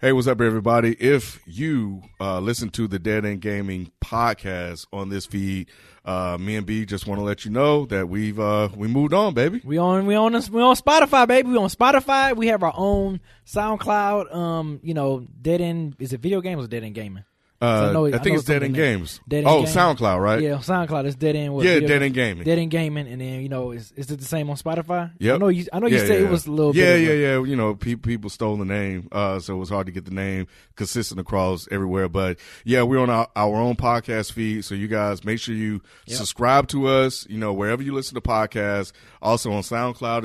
Hey, what's up, everybody? If you uh, listen to the Dead End Gaming podcast on this feed, uh, me and B just want to let you know that we've uh, we moved on, baby. We on we on this, we on Spotify, baby. We on Spotify. We have our own SoundCloud. Um, you know, dead end is it video games or dead end gaming? Uh, I, know- know think it's Dead End something- Games. Dead End oh, Gaming. SoundCloud, right? Yeah, on SoundCloud it's dead end. What, Yeah, Video Dead Game- End Gaming. Dead end gaming, and then you know, is is it the same on Spotify? Yep. I know you. I know you Yeah, said yeah. it was a little. Yeah, bit of yeah, a- yeah. You know, pe- people stole the name, uh, so it was hard to get the name consistent across everywhere. But yeah, we're on our, our own podcast feed, so you guys make sure you subscribe to us. You know, wherever you listen to podcasts, also on SoundCloud at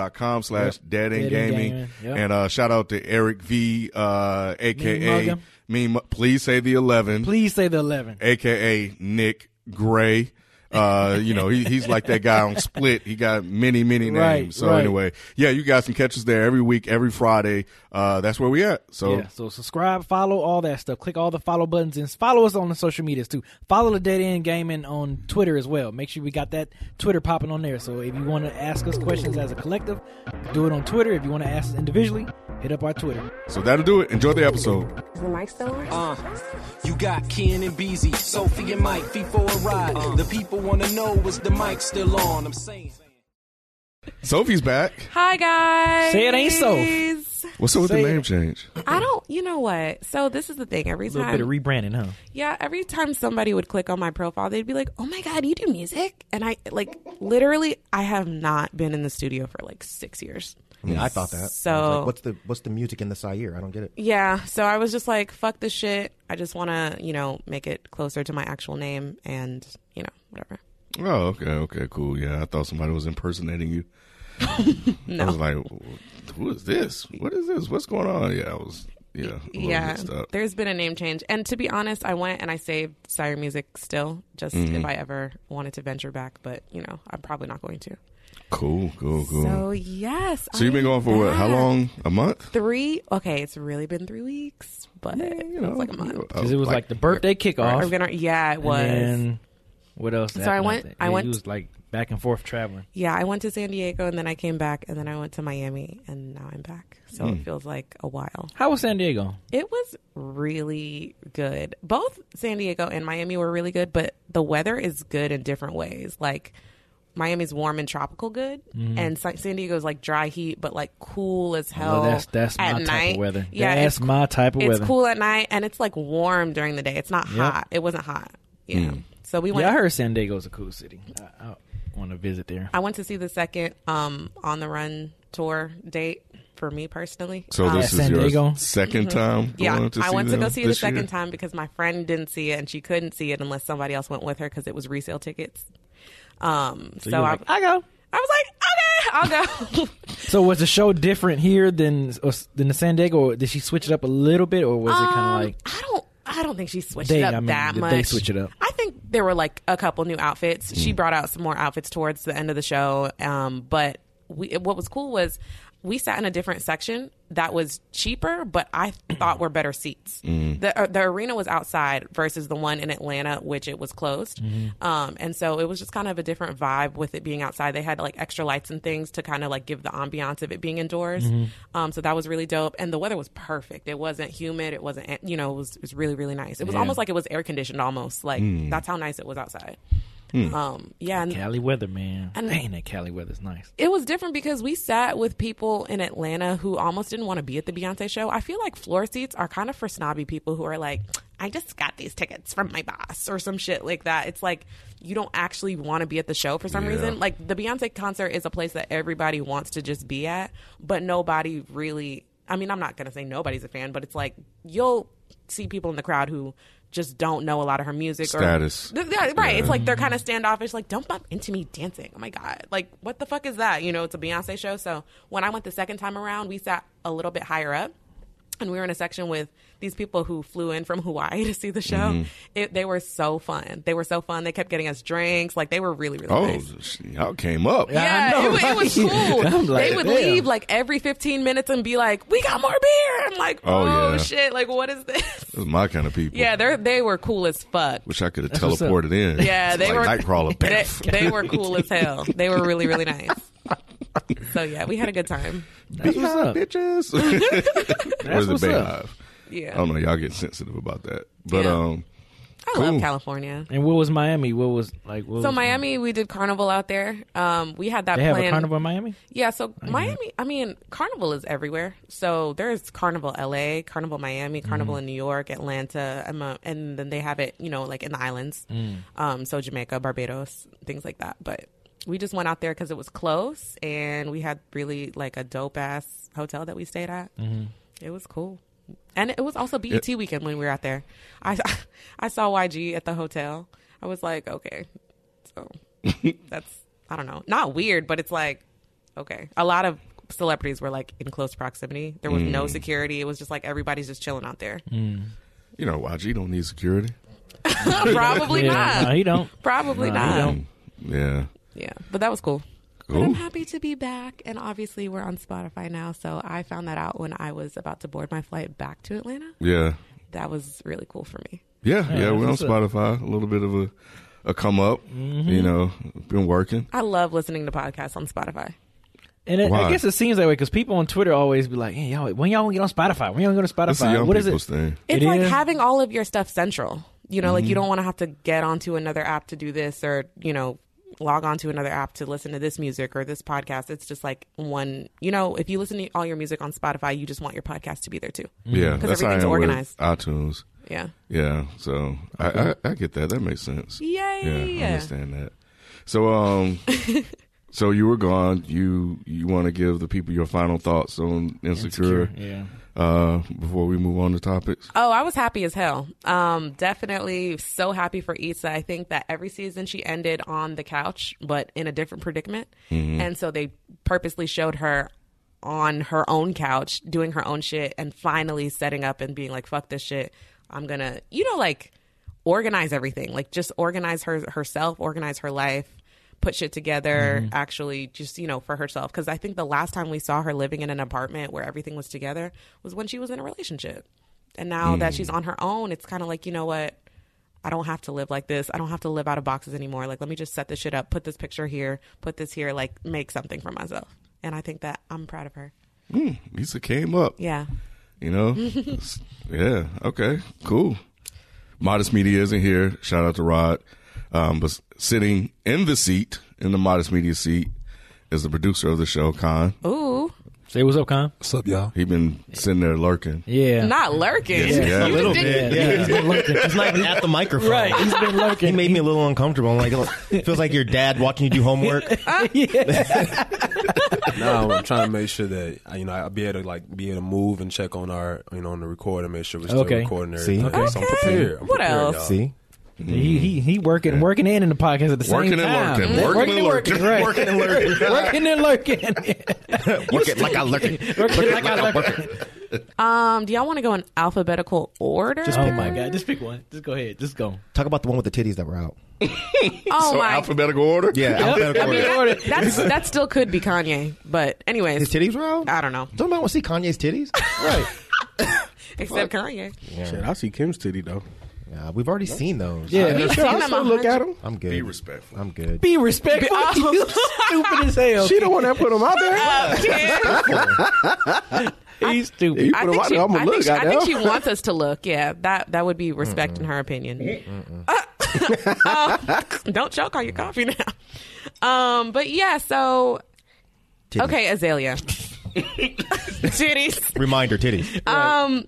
soundcloud.com slash Dead End Dead End Gaming. Gaming, yep. And uh, shout out to Eric V, uh, aka Mean Mugga. Mean Mu- Please say the eleven Please say the eleven. aka Nick Gray. Uh, you know, he, he's like that guy on Split. He got many, many names. Right, so right. anyway, yeah, you guys can catch us there every week, every Friday. Uh, that's where we at. So Yeah, so subscribe, follow all that stuff. Click all the follow buttons and follow us on the social medias too. Follow the Dead End Gaming on Twitter as well. Make sure we got that Twitter popping on there. So if you want to ask us questions as a collective, do it on Twitter. If you want to ask us individually, hit up our Twitter. so that'll do it. Enjoy the episode. Is the mic still on? Uh, you got Ken and Beezy, Sophie and Mike, feet for a ride. the people wanna know is the mic still on? I'm saying. Sophie's back. Hi guys. Say it ain't so. What's up with Say the it. name change? I don't. You know what? So this is the thing. Every A little bit of time, rebranding, huh? yeah, every time somebody would click on my profile, they'd be like, "Oh my god, you do music?" And I like literally, I have not been in the studio for like six years. Yeah, I thought that. So- I was like, what's the what's the music in the Sair? I don't get it. Yeah. So I was just like, "Fuck this shit. I just want to, you know, make it closer to my actual name and you know, whatever." Oh, okay, okay, cool. Yeah, I thought somebody was impersonating you. I was No. like, who is this? What is this? What's going on? Yeah, I was. Yeah, a little Yeah, mixed up. there's been a name change, and to be honest, I went and I saved Sire Music still, just Mm-hmm. if I ever wanted to venture back. But you know, I'm probably not going to. Cool, cool, cool. So So, yes. you've been going I'm for what? How back. long? A month? Three. Okay, it's really been three weeks, but You it know, was like a month. Because it was like, the birthday kickoff. I'm gonna. Yeah, it was. And then what else? So I happened went- after that? I Yeah, went- You was like back and forth traveling. yeah, I went to San Diego and then I came back and then I went to Miami and now I'm back. So Hmm. it feels like a while. How was San Diego? It was really good. Both San Diego and Miami were really good, but the weather is good in different ways. Like Miami's warm and tropical good, Mm-hmm. and Sa- San Diego's like dry heat, but like cool as hell. Well, that's that's Oh, at my night. type of weather. Yeah, that's it's my type of it's weather. cool at night and it's like warm during the day. It's not Yep. Mm. hot. It wasn't hot. Yeah. So we went. Yeah, I heard San Diego's a cool city. I, I want to visit there. I went to see the second um on the run tour date for me personally. So Um, this Yeah, is San your Diego. second time. Mm-hmm. yeah, going to I see went to them go see it the this second year? time because my friend didn't see it and she couldn't see it unless somebody else went with her because it was resale tickets. Um, so, you were I, like, I go. I was like, okay, I'll go. So was the show different here than or s- than the San Diego? Or did she switch it up a little bit, or was it Um, kind of like I don't I don't think she switched They- it up I mean, that they much. switch it up. Mm. I think there were like a couple new outfits. She brought out some more outfits towards the end of the show. Um, but we, what was cool was we sat in a different section that was cheaper, but I thought were better seats. Mm. The uh, the arena was outside versus the one in Atlanta, which it was closed. Um, and so it was just kind of a different vibe with it being outside. They had like extra lights and things to kind of like give the ambiance of it being indoors. Um, so that was really dope. And the weather was perfect. It wasn't humid. It wasn't, you know, it was, it was really, really nice. It was almost like it was air conditioned almost. Like that's how nice it was outside. Um, yeah. And Cali weather, man? And- Dang, that Cali weather's nice. it was different because we sat with people in Atlanta who almost didn't want to be at the Beyonce show. I feel like floor seats are kind of for snobby people who are like, I just got these tickets from my boss or some shit like that. It's like you don't actually want to be at the show for some reason. Like the Beyonce concert is a place that everybody wants to just be at, but nobody really. I mean, I'm not going to say nobody's a fan, but it's like you'll see people in the crowd who just don't know a lot of her music Status. or Th- yeah, right. It's like Mm. they're kind of standoffish. Like, don't bump into me dancing. Oh my god! Like, what the fuck is that? You know, it's a Beyonce show. So when I went the second time around, we sat a little bit higher up, and we were in a section with these people who flew in from Hawaii to see the show. Mm-hmm. It, they were so fun. They were so fun. They kept getting us drinks. Like they were really, really Oh, nice. sh- y'all came up. I Yeah, know, it, wa- it was right? cool. I'm like, they would damn. leave like every 15 minutes and be like, "We got more beer." I'm like, Oh, "Oh, yeah. shit! Like, what is this?" Those are my kind of people. Yeah, they they were cool as fuck. Wish I could have what's up. teleported in. Yeah, they were like Nightcrawler. They, Bam. they were cool as hell. They were really really nice. So yeah, we had a good time. That's what's up. bitches. Where's the what's Bay up. Hive? Yeah, I don't know. Y'all get sensitive about that, but Yeah. um, I cool. love California. And what was Miami? What was like? What So was, Miami, we did carnival out there. Um, we had that They have plan. a carnival in Miami. Yeah, so Miami, I mean, Carnival is everywhere. So there's Carnival LA, Carnival Miami, Carnival in New York, Atlanta, um, uh, and then they have it, you know, like in the islands. Um, so Jamaica, Barbados, things like that. But we just went out there because it was close and we had really like a dope ass hotel that we stayed at. It was cool. And Mm-hmm. it was also BET weekend when we were out there. I, I saw YG at the hotel. I was like, okay, so that's I don't know, not weird, but it's like okay. A lot of celebrities were like in close proximity. There was Mm. no security. It was just like everybody's just chilling out there. you know, YG don't need security. Probably Yeah, not. no, he don't. Probably Nah, he not. don't. Yeah, Yeah, but that was cool. But Cool. I'm happy to be back, and obviously we're on Spotify now. So I found that out when I was about to board my flight back to Atlanta. yeah, That was really cool for me. yeah, yeah. we're on what's up. Mm-hmm. Spotify. A little bit of a a come up. You know, been working. I love listening to podcasts on Spotify. And it, Why? I guess it seems that way because people on Twitter always be like, "Hey, y'all, when y'all gonna get on Spotify? When y'all gonna go to That's the Spotify? young What is it?" people's thing. It's It like is. Mm-hmm. having all of your stuff central. You know, like you don't want to have to get onto another app to do this or, you know, log onto another app to listen to this music or this podcast. It's just like one, you know, if you listen to all your music on Spotify, you just want your podcast to be there too. Mm-hmm. Yeah, Mm-hmm. 'Cause that's how I everything's am with organized. iTunes. Yeah. Yeah, so I, I I get that. That makes sense. Yay. Yeah, I understand that. So um, so you were gone. You you want to give the people your final thoughts on insecure, Yeah. uh before we move on to topics? Oh, I was happy as hell. Um, definitely so happy for Issa. I think that every season she ended on the couch, but in a different predicament. And so they purposely showed her on her own couch, doing her own shit, and finally setting up and being like, fuck this shit. I'm gonna, you know, like organize everything. Like just organize her herself, organize her life put shit together actually just you know for herself because i think the last time we saw her living in an apartment where everything was together was when she was in a relationship and now that she's on her own it's kind of like you know what i don't have to live like this i don't have to live out of boxes anymore like let me just set this shit up put this picture here put this here like make something for myself and i think that i'm proud of her Lisa came up. yeah You know? It's- yeah. Okay. Cool. Modest Media isn't here. Shout out to Rod. Um, but s- sitting in the seat, in the Modest Media seat, is the producer of the show, Khan. ooh Say what's up, Con? What's up, y'all? He's been sitting there lurking. Yeah. not lurking Yes, yeah. You A just little did- bit. yeah, yeah. He's been lurking. He's not even at the microphone. right. He's been He lurking. made me a little uncomfortable. I'm like, it feels like your dad watching you do homework. No, I'm trying to make sure that uh, you know I'll be able to like be able to move and check on our you know on the record and make sure we're still Okay. recording. See? everything. Okay. So I'm prepared. I'm What prepared, else? y'all. See? He he he working working in in the podcast at the Working same and time. lurking, working and lurking, right. Working and lurking. working and lurking. Work it like I lurk it. working like I lurk. um do y'all want to go in alphabetical order Just pick Oh my god. Just pick one. Just go ahead. Just go. Talk about the one with the titties that were out. oh so my alphabetical order? Yeah, alphabetical I mean, order. order. that, that's, that still could be Kanye, but anyways, His titties were out? I don't know. Don't want to see Kanye's titties? right. Except Kanye. Shit, I see Kim's titty though. Yeah, we've already seen those. Yeah. You've seen them a hundred- him. I'm good. Be respectful. I'm good. Be respectful. you stupid as hell. the one that put him out there. Yeah. He's stupid. I put think him out she- there, I'ma I think look, she- I think goddamn. she wants us to look. Yeah, that that would be respect in her opinion. Uh, don't choke on your coffee now. Um, but yeah, so Titties. okay, Azalea, titties. Reminder, titties. Um,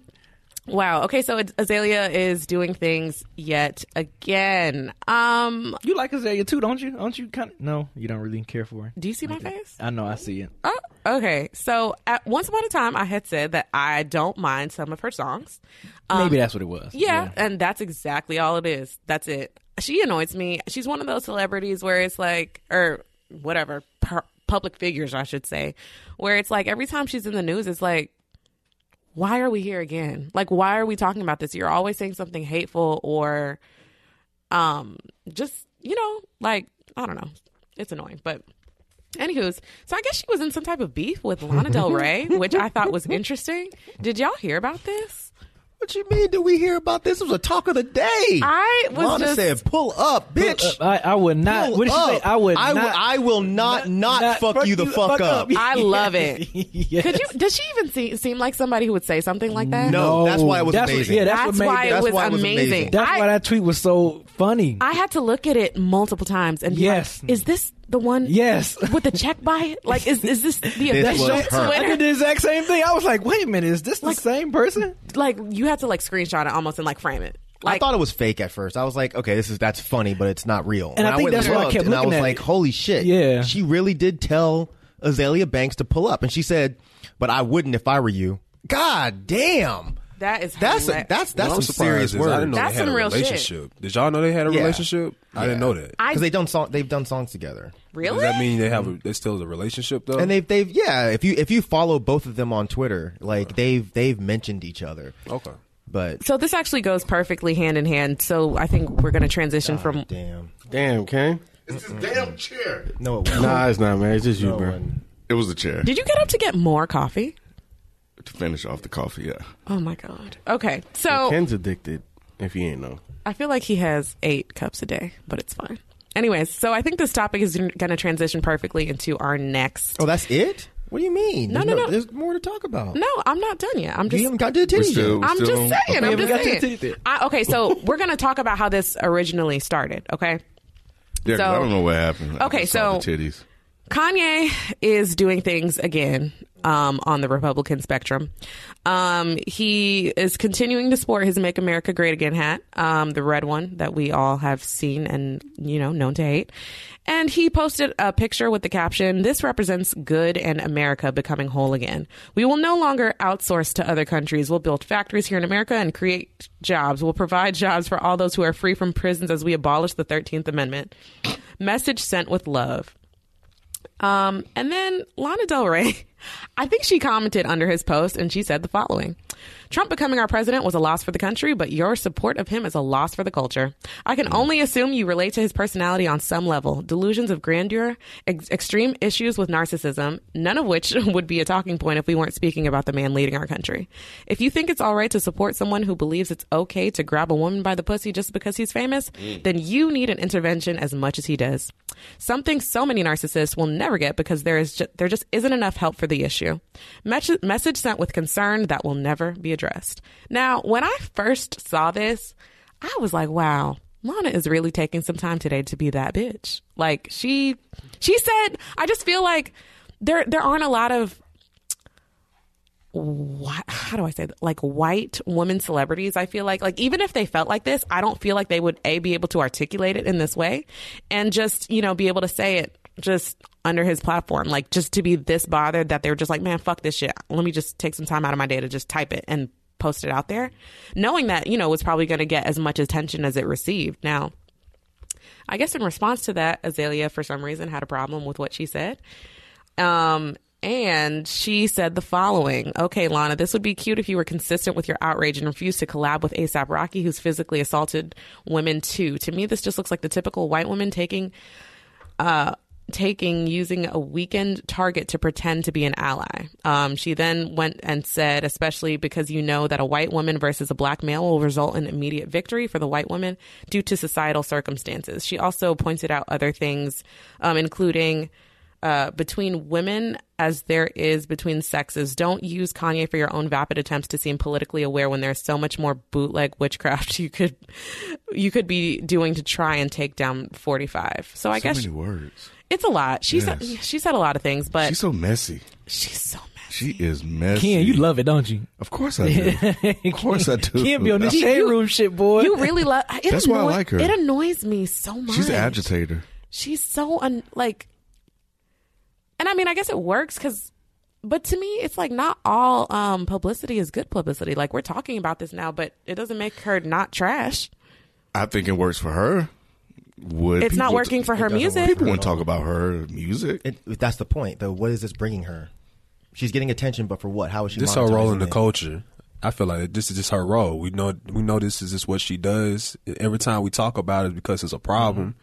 wow. Okay, so Azalea is doing things yet again. Um, You like Azalea too, don't you? Don't you kind of? No, you don't really care Uh, for her. do you see my face? I know. I see it. Oh, okay. So at once upon a time, I had said that I don't mind some of her songs. Maybe that's what it was. Yeah, and that's exactly all it is. That's it. She annoys me. She's one of those celebrities where it's like, or whatever, per- public figures, I should say, where it's like every time she's in the news, it's like, why are we here again? Like, why are we talking about this? You're always saying something hateful or um just, you know, like, I don't know. It's annoying. But anywho's, so I guess she was in some type of beef with Lana Del Rey, which I thought was interesting. Did y'all hear about this? What you mean? Did we hear about this? It was a talk of the day. I was Lana just- said, "Pull up, bitch." I, Uh, I would not. Pull what did she say? up. I would I not. will- I will not not, fuck, you the fuck, up. I love it. Yes. Could you does she even see, seem like somebody who would say something like that? No, that's why it was That's what- amazing. yeah, that's, That's what made why, that- it That's was why it was amazing. amazing. that's I, why that tweet was so funny. I had to look at it multiple times and be Yes. like, is this the one yes. with the check by it? Like, is, is this the This official was her. I did Twitter? the exact same thing. I was like, wait a minute, is this Like- the same person? Like, you had to like screenshot it almost and like frame it. I Like, thought it was fake at first. I was like, okay, this is that's funny, but it's not real. And I think went that's why I looked, kept and I looking was at like, it. holy shit. Yeah. She really did tell Azalea Banks to pull up. And she said, But I wouldn't if I were you. God damn. that is That's a, hilarious. that's that's What I'm some surprised serious is I didn't words. know That's they had some a real shit. relationship. Did y'all know they had a Yeah. relationship? I didn't know that. I- Because they done song they've done songs together. really? Does that mean they have a, they still a relationship though? And they've they've yeah, if you if you follow both of them on Twitter, like they've they've mentioned each other. okay. But so this actually goes perfectly hand in hand. So I think we're going to transition from. damn. Damn, Kane. It's this damn chair. No it wasn't. Nah, it's not, man. It's just you, No bro. one. It was the chair Did you get up to get more coffee? to finish off the coffee. Yeah. Oh my god. Okay, so Ken's addicted. If you ain't know, I feel like he has eight cups a day, but it's fine. Anyways, so I think this topic is going to transition perfectly into our next. Oh, that's it? What do you mean? No, There's no, no. There's more to talk about. No, I'm not done yet. I'm You just haven't got to the titties still- yet. I'm still just on- saying. Okay, I'm we got just to saying. the- the- I, okay, so we're gonna talk about how this originally started. Okay, Yeah, 'cause So- I don't know what happened. I Okay, just saw so- the titties. Kanye is doing things again um, on the Republican spectrum. Um, he is continuing to sport his "Make America Great Again" hat, um, the red one that we all have seen and you know known to hate. And he posted a picture with the caption, "This represents good and America becoming whole again. We will no longer outsource to other countries. We'll build factories here in America and create jobs. We'll provide jobs for all those who are free from prisons as we abolish the Thirteenth Amendment." Message sent with love. Um, and then Lana Del Rey, I think she commented under his post and she said the following Trump becoming our president was a loss for the country, but your support of him is a loss for the culture. I can only assume you relate to his personality on some level delusions of grandeur, ex- extreme issues with narcissism, none of which would be a talking point if we weren't speaking about the man leading our country. If you think it's all right to support someone who believes it's okay to grab a woman by the pussy just because he's famous, then you need an intervention as much as he does. Something so many narcissists will never get because there is ju- there just isn't enough help for the issue. Message, message sent with concern that will never be addressed. Now, when I first saw this, I was like, wow. Lana is really taking some time today to be that bitch. Like she she said, I just feel like there there aren't a lot of wh- how do I say that? Like white women celebrities, I feel like like even if they felt like this, I don't feel like they would a be able to articulate it in this way, and just you know be able to say it just under his platform, like just to be this bothered that they were just like, man, fuck this shit. Let me just take some time out of my day to just type it and post it out there, knowing that you know it was probably going to get as much attention as it received. Now, I guess in response to that, Azalea for some reason had a problem with what she said. Um, and she said the following Okay, Lana, this would be cute if you were consistent with your outrage and refused to collab with ASAP Rocky, who's physically assaulted women too. To me, this just looks like the typical white woman taking uh, taking using a weakened target to pretend to be an ally. Um, she then went and said, especially because you know that a white woman versus a black male will result in immediate victory for the white woman due to societal circumstances. She also pointed out other things, um, including. Uh, between women as there is between sexes. Don't use Kanye for your own vapid attempts to seem politically aware when there's so much more bootleg witchcraft you could you could be doing to try and take down 45. So I so guess many words. it's a lot. She said she said a lot of things, She's but she's, so messy. so messy. She is messy. Ken, you love it, don't you? Of course I do. of course I do. Ken be on this shade you- room shit, boy. You really love. It That's why I annoy- like her. It annoys me so much. She's an agitator. She's so un like, and I mean, I guess it works because. But to me, it's like not all um, publicity is good publicity. Like we're talking about this now, but it doesn't make her not trash. I think it works for her. Would It's not people- working for her doesn't work music. for People wouldn't talk about her music. It, that's the point, though. What is this bringing her? She's getting attention, but for what? How is she? This her role in monetizing the it? culture. I feel like this is just her role. We know we know this is just what she does. Every time we talk about it, because it's a problem. Mm-hmm.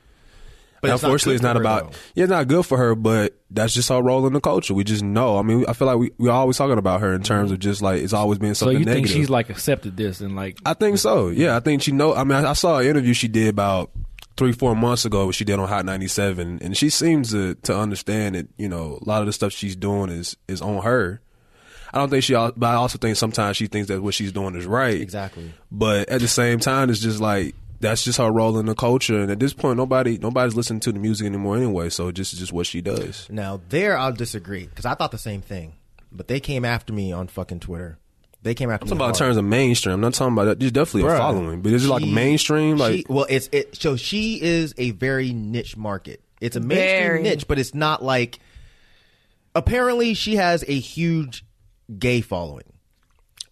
But And it's not unfortunately, good it's not for her, about though. yeah, it's not good for her. But that's just her role in the culture. We just know. I mean, I feel like we we always talking about her in terms of just like it's always been So something you think negative. she's like accepted this and like I think so. Yeah, I think she know. I mean, I, I saw an interview she did about three, four months ago, what she did on Hot ninety seven, and she seems to to understand that you know a lot of the stuff she's doing is is on her. I don't think she, al- but I also think sometimes she thinks that what she's doing is right. Exactly. But at the same time, it's just like that's just her role in the culture, and at this point, nobody nobody's listening to the music anymore anyway. So just just what she does. Now there, I'll disagree because I thought the same thing, but they came after me on fucking Twitter. They came after I'm talking me. about in hard. terms of mainstream. I'm not talking about that. There's definitely a following, but is it like She- mainstream? Like she- well, it's it. So she is a very niche market. It's a mainstream Very. niche, but it's not like. Apparently, she has a huge gay following.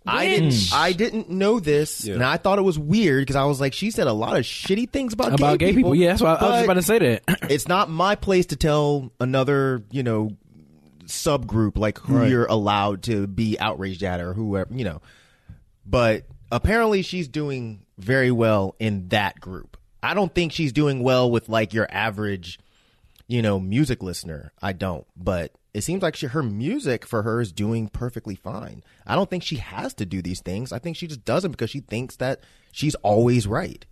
I didn't. I didn't know this, and I thought it was weird because I was like, she said a lot of shitty things about about gay people? Yeah, that's why I, was just about to say that. it's not my place to tell another, you know, subgroup like who you're allowed to be outraged at or whoever, you know. But apparently she's doing very well in that group. I don't think she's doing well with like your average, you know, music listener. I don't, but it seems like she, her music for her is doing perfectly fine. I don't think she has to do these things. I think she just doesn't because she thinks that she's always right.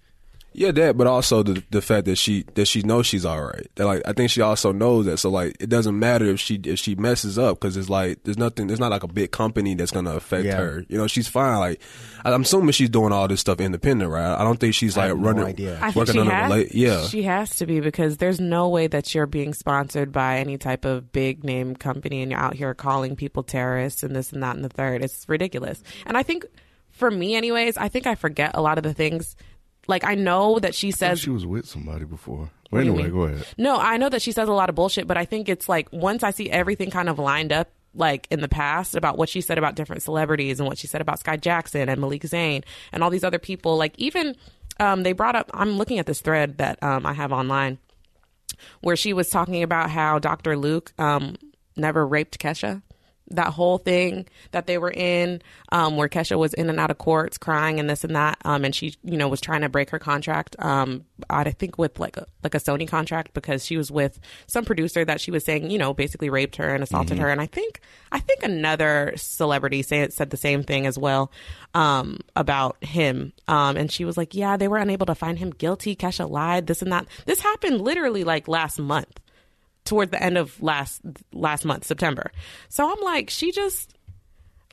Yeah, that, but also the the fact that she that she knows she's all right. That like I think she also knows that. So like it doesn't matter if she if she messes up because it's like there's nothing. There's not like a big company that's gonna affect Yeah. her. You know, she's fine. Like I- I'm assuming she's doing all this stuff independent, right? I don't think she's like have no running. idea. I think working she under has. rela- yeah. she has to be because there's no way that you're being sponsored by any type of big name company and you're out here calling people terrorists and this and that and the third. It's ridiculous. And I think for me, anyways, I think I forget a lot of the things. Like I know that she says She was with somebody before. What do you anyway, mean? go ahead. No, I know that she says a lot of bullshit, but I think it's like once I see everything kind of lined up, like in the past about what she said about different celebrities and what she said about Sky Jackson and Malik Zayn and all these other people, like even um, they brought up. I'm looking at this thread that um, I have online where she was talking about how Dr. Luke um, never raped Kesha. That whole thing that they were in, um, where Kesha was in and out of courts crying and this and that, um, and she, you know, was trying to break her contract. Um, I think with like a, like a Sony contract because she was with some producer that she was saying, you know, basically raped her and assaulted her. And I think I think another celebrity say, said the same thing as well um, about him. Um, and she was like, yeah, they were unable to find him guilty. Kesha lied. This and that. This happened literally like last month towards the end of last last month, September. So I'm like, she just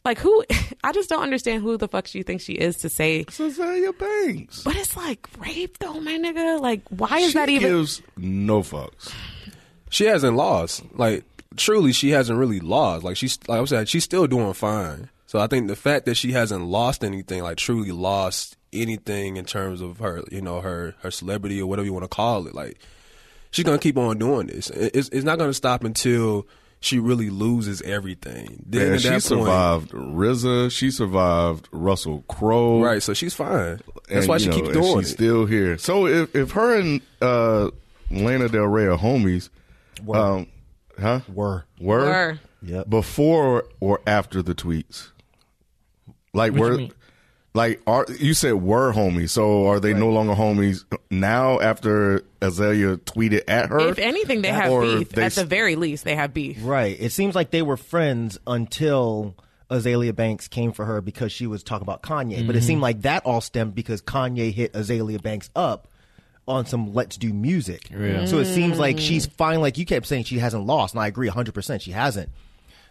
like who? I just don't understand who the fuck she thinks she is to say. Cecilia Banks. But it's like rape, though, my nigga. Like, why is she that even? gives no fucks. she hasn't lost. Like truly, she hasn't really lost. Like she's like I was saying, she's still doing fine. So I think the fact that she hasn't lost anything, like truly lost anything in terms of her, you know, her her celebrity or whatever you want to call it, like she's gonna keep on doing this. It- It's, it's not gonna stop until she really loses everything. Then Man, at she that point- survived RZA. She survived Russell Crowe. right? So she's fine. That's And, why you she know, keeps and doing She's it. still here. So if if her and uh, Lana Del Rey are homies, um, huh? Were. Were, Were. Yep. before or after the tweets? Like were like are you said were homies? So are they no longer homies now after Azalea tweeted at her? If anything, they have Or beef. they At the s- very least, they have beef. Right. It seems like they were friends until Azalea Banks came for her because she was talking about Kanye. But Mm-hmm. it seemed like that all stemmed because Kanye hit Azalea Banks up on some let's do music. So it seems like she's fine. Like you kept saying she hasn't lost. And I agree 100%. She hasn't.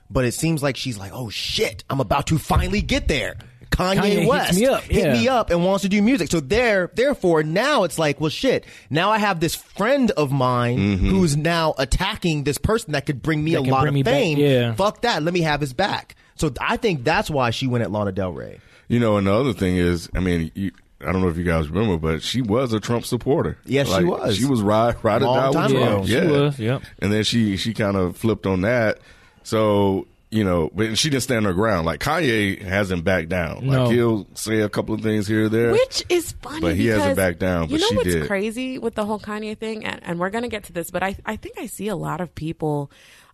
But it seems like she's like, oh shit, I'm about to finally get there. Kanye, Kanye hits West me up, hit yeah. me up and wants to do music. So there, therefore, now it's like, well, shit. Now I have this friend of mine who's now attacking this person that could bring me a Mm-hmm. can lot bring of me back, fame. yeah. Fuck that. Let me have his back. So I think that's why she went at Lana Del Rey. You know, and the other thing is, I mean, you, I don't know if you guys remember, but she was a Trump supporter. Yes, she Like, was. She was ride, ride Long or die time with Trump. ago. She Yeah, was, yep. And then she she kind of flipped on that. So you know, but she didn't stand her ground. Like Kanye hasn't backed down. No. Like he'll say a couple of things here or there. Which is funny. But he hasn't because backed down, you but know she what's did. crazy with the whole Kanye thing, and, and we're gonna get to this, but I I think I see a lot of people.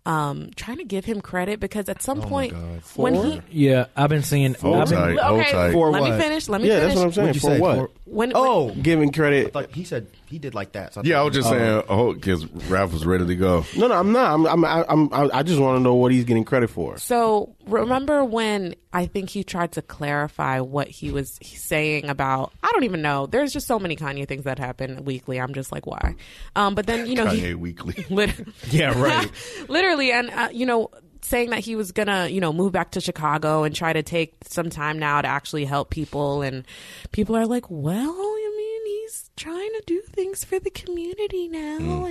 um, trying to give him credit because at Oh some point when he Yeah, I've been seeing. I've Hold been, tight, hold okay, tight. let For me what? finish. Let me Yeah, finish. that's what I'm saying. you For say? what? For- When, Oh, Giving credit. like he said he did like that. So I Yeah, I thought- was just Uh-huh. saying, oh, because Ralph was ready to go. No, no, I'm not. I'm, I'm, I- I'm, I I just want to know what he's getting credit for. So remember when I think he tried to clarify what he was saying about I don't even know. There's just so many Kanye things that happen weekly. I'm just like why, um, but then you know he- Kanye Weekly. Lit- Yeah, right. Literally, and uh, you know, saying that he was gonna, you know, move back to Chicago and try to take some time now to actually help people, and people are like, well, I mean, he's trying to do things for the community now,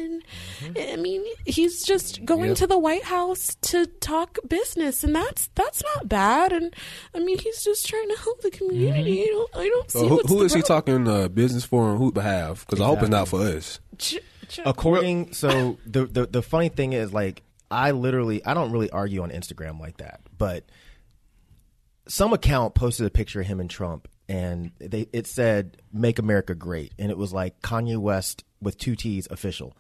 and I mean, he's just going to the White House to talk business, and that's that's not bad, and I mean, he's just trying to help the community. I don't, I don't see So who, what's who the is he problem. talking uh, business for on who behalf? Because I hope it's not for us. Ch- ch- according so the, the the funny thing is like i literally i don't really argue on instagram like that but some account posted a picture of him and trump and they it said make america great and it was like kanye west with two t's official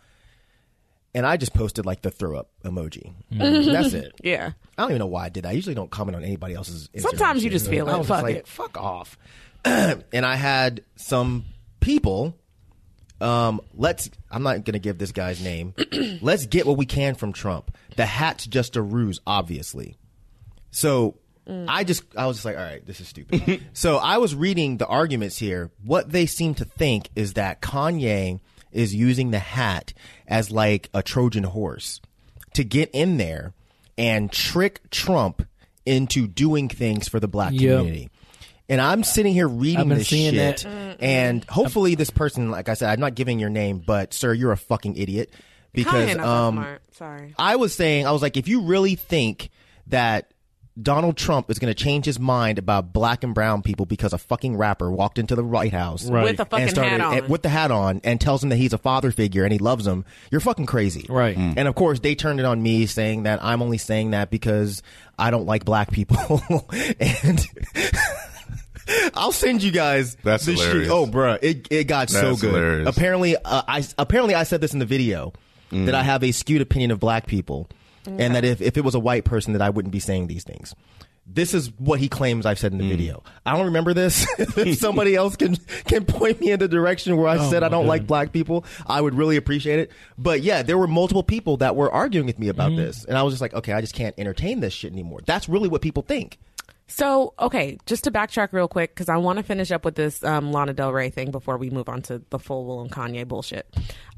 and i just posted like the throw up emoji that's it yeah. I don't even know why I did that. I usually don't comment on anybody else's. Instagram Sometimes you shit. just feel I it. was Fuck just like, it. Fuck off. and I had some people. Um, let's. I'm not going to give this guy's name. let's get what we can from Trump. The hat's just a ruse, obviously. So I just I was just like, all right, this is stupid. so I was reading the arguments here. What they seem to think is that Kanye is using the hat as like a Trojan horse to get in there and trick Trump into doing things for the black Yep. community. And I'm sitting here I've reading been this seeing shit, that. and hopefully this person, like I said, I'm not giving your name, but sir, you're a fucking idiot because Kanye not that um, smart. Sorry. I was saying, I was like, if you really think that Donald Trump is going to change his mind about black and brown people because a fucking rapper walked into the White House With a fucking and started hat on. and- with the hat on and tells him that he's a father figure and he loves him, you're fucking crazy, Right. Mm. And of course, they turned it on me, saying that I'm only saying that because I don't like black people, and. I'll send you guys That's the hilarious. shit. Oh, bruh, it it got so That's good. hilarious. Apparently, uh, I apparently I said this in the video that I have a skewed opinion of black people, and that if if it was a white person, that I wouldn't be saying these things. This is what he claims I've said in the Mm. video. I don't remember this. if somebody else can can point me in the direction where I Oh, said I don't like black people, I would really appreciate it. But yeah, there were multiple people that were arguing with me about Mm. this, and I was just like, okay, I just can't entertain this shit anymore. That's really what people think. So, okay, just to backtrack real quick, because I want to finish up with this um, Lana Del Rey thing before we move on to the full blown Kanye bullshit.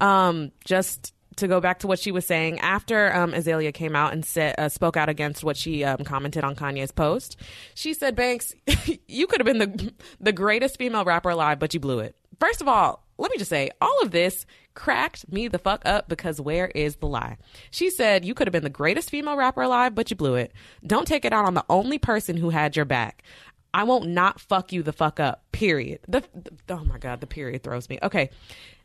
Um, just to go back to what she was saying after um, Azalea came out and said, uh, spoke out against what she um, commented on Kanye's post, she said, "Banks, you could have been the the greatest female rapper alive, but you blew it." First of all, let me just say, all of this cracked me the fuck up because where is the lie? She said, You could have been the greatest female rapper alive, but you blew it. Don't take it out on the only person who had your back. I won't not fuck you the fuck up, period. The, the- Oh my God, the period throws me. Okay.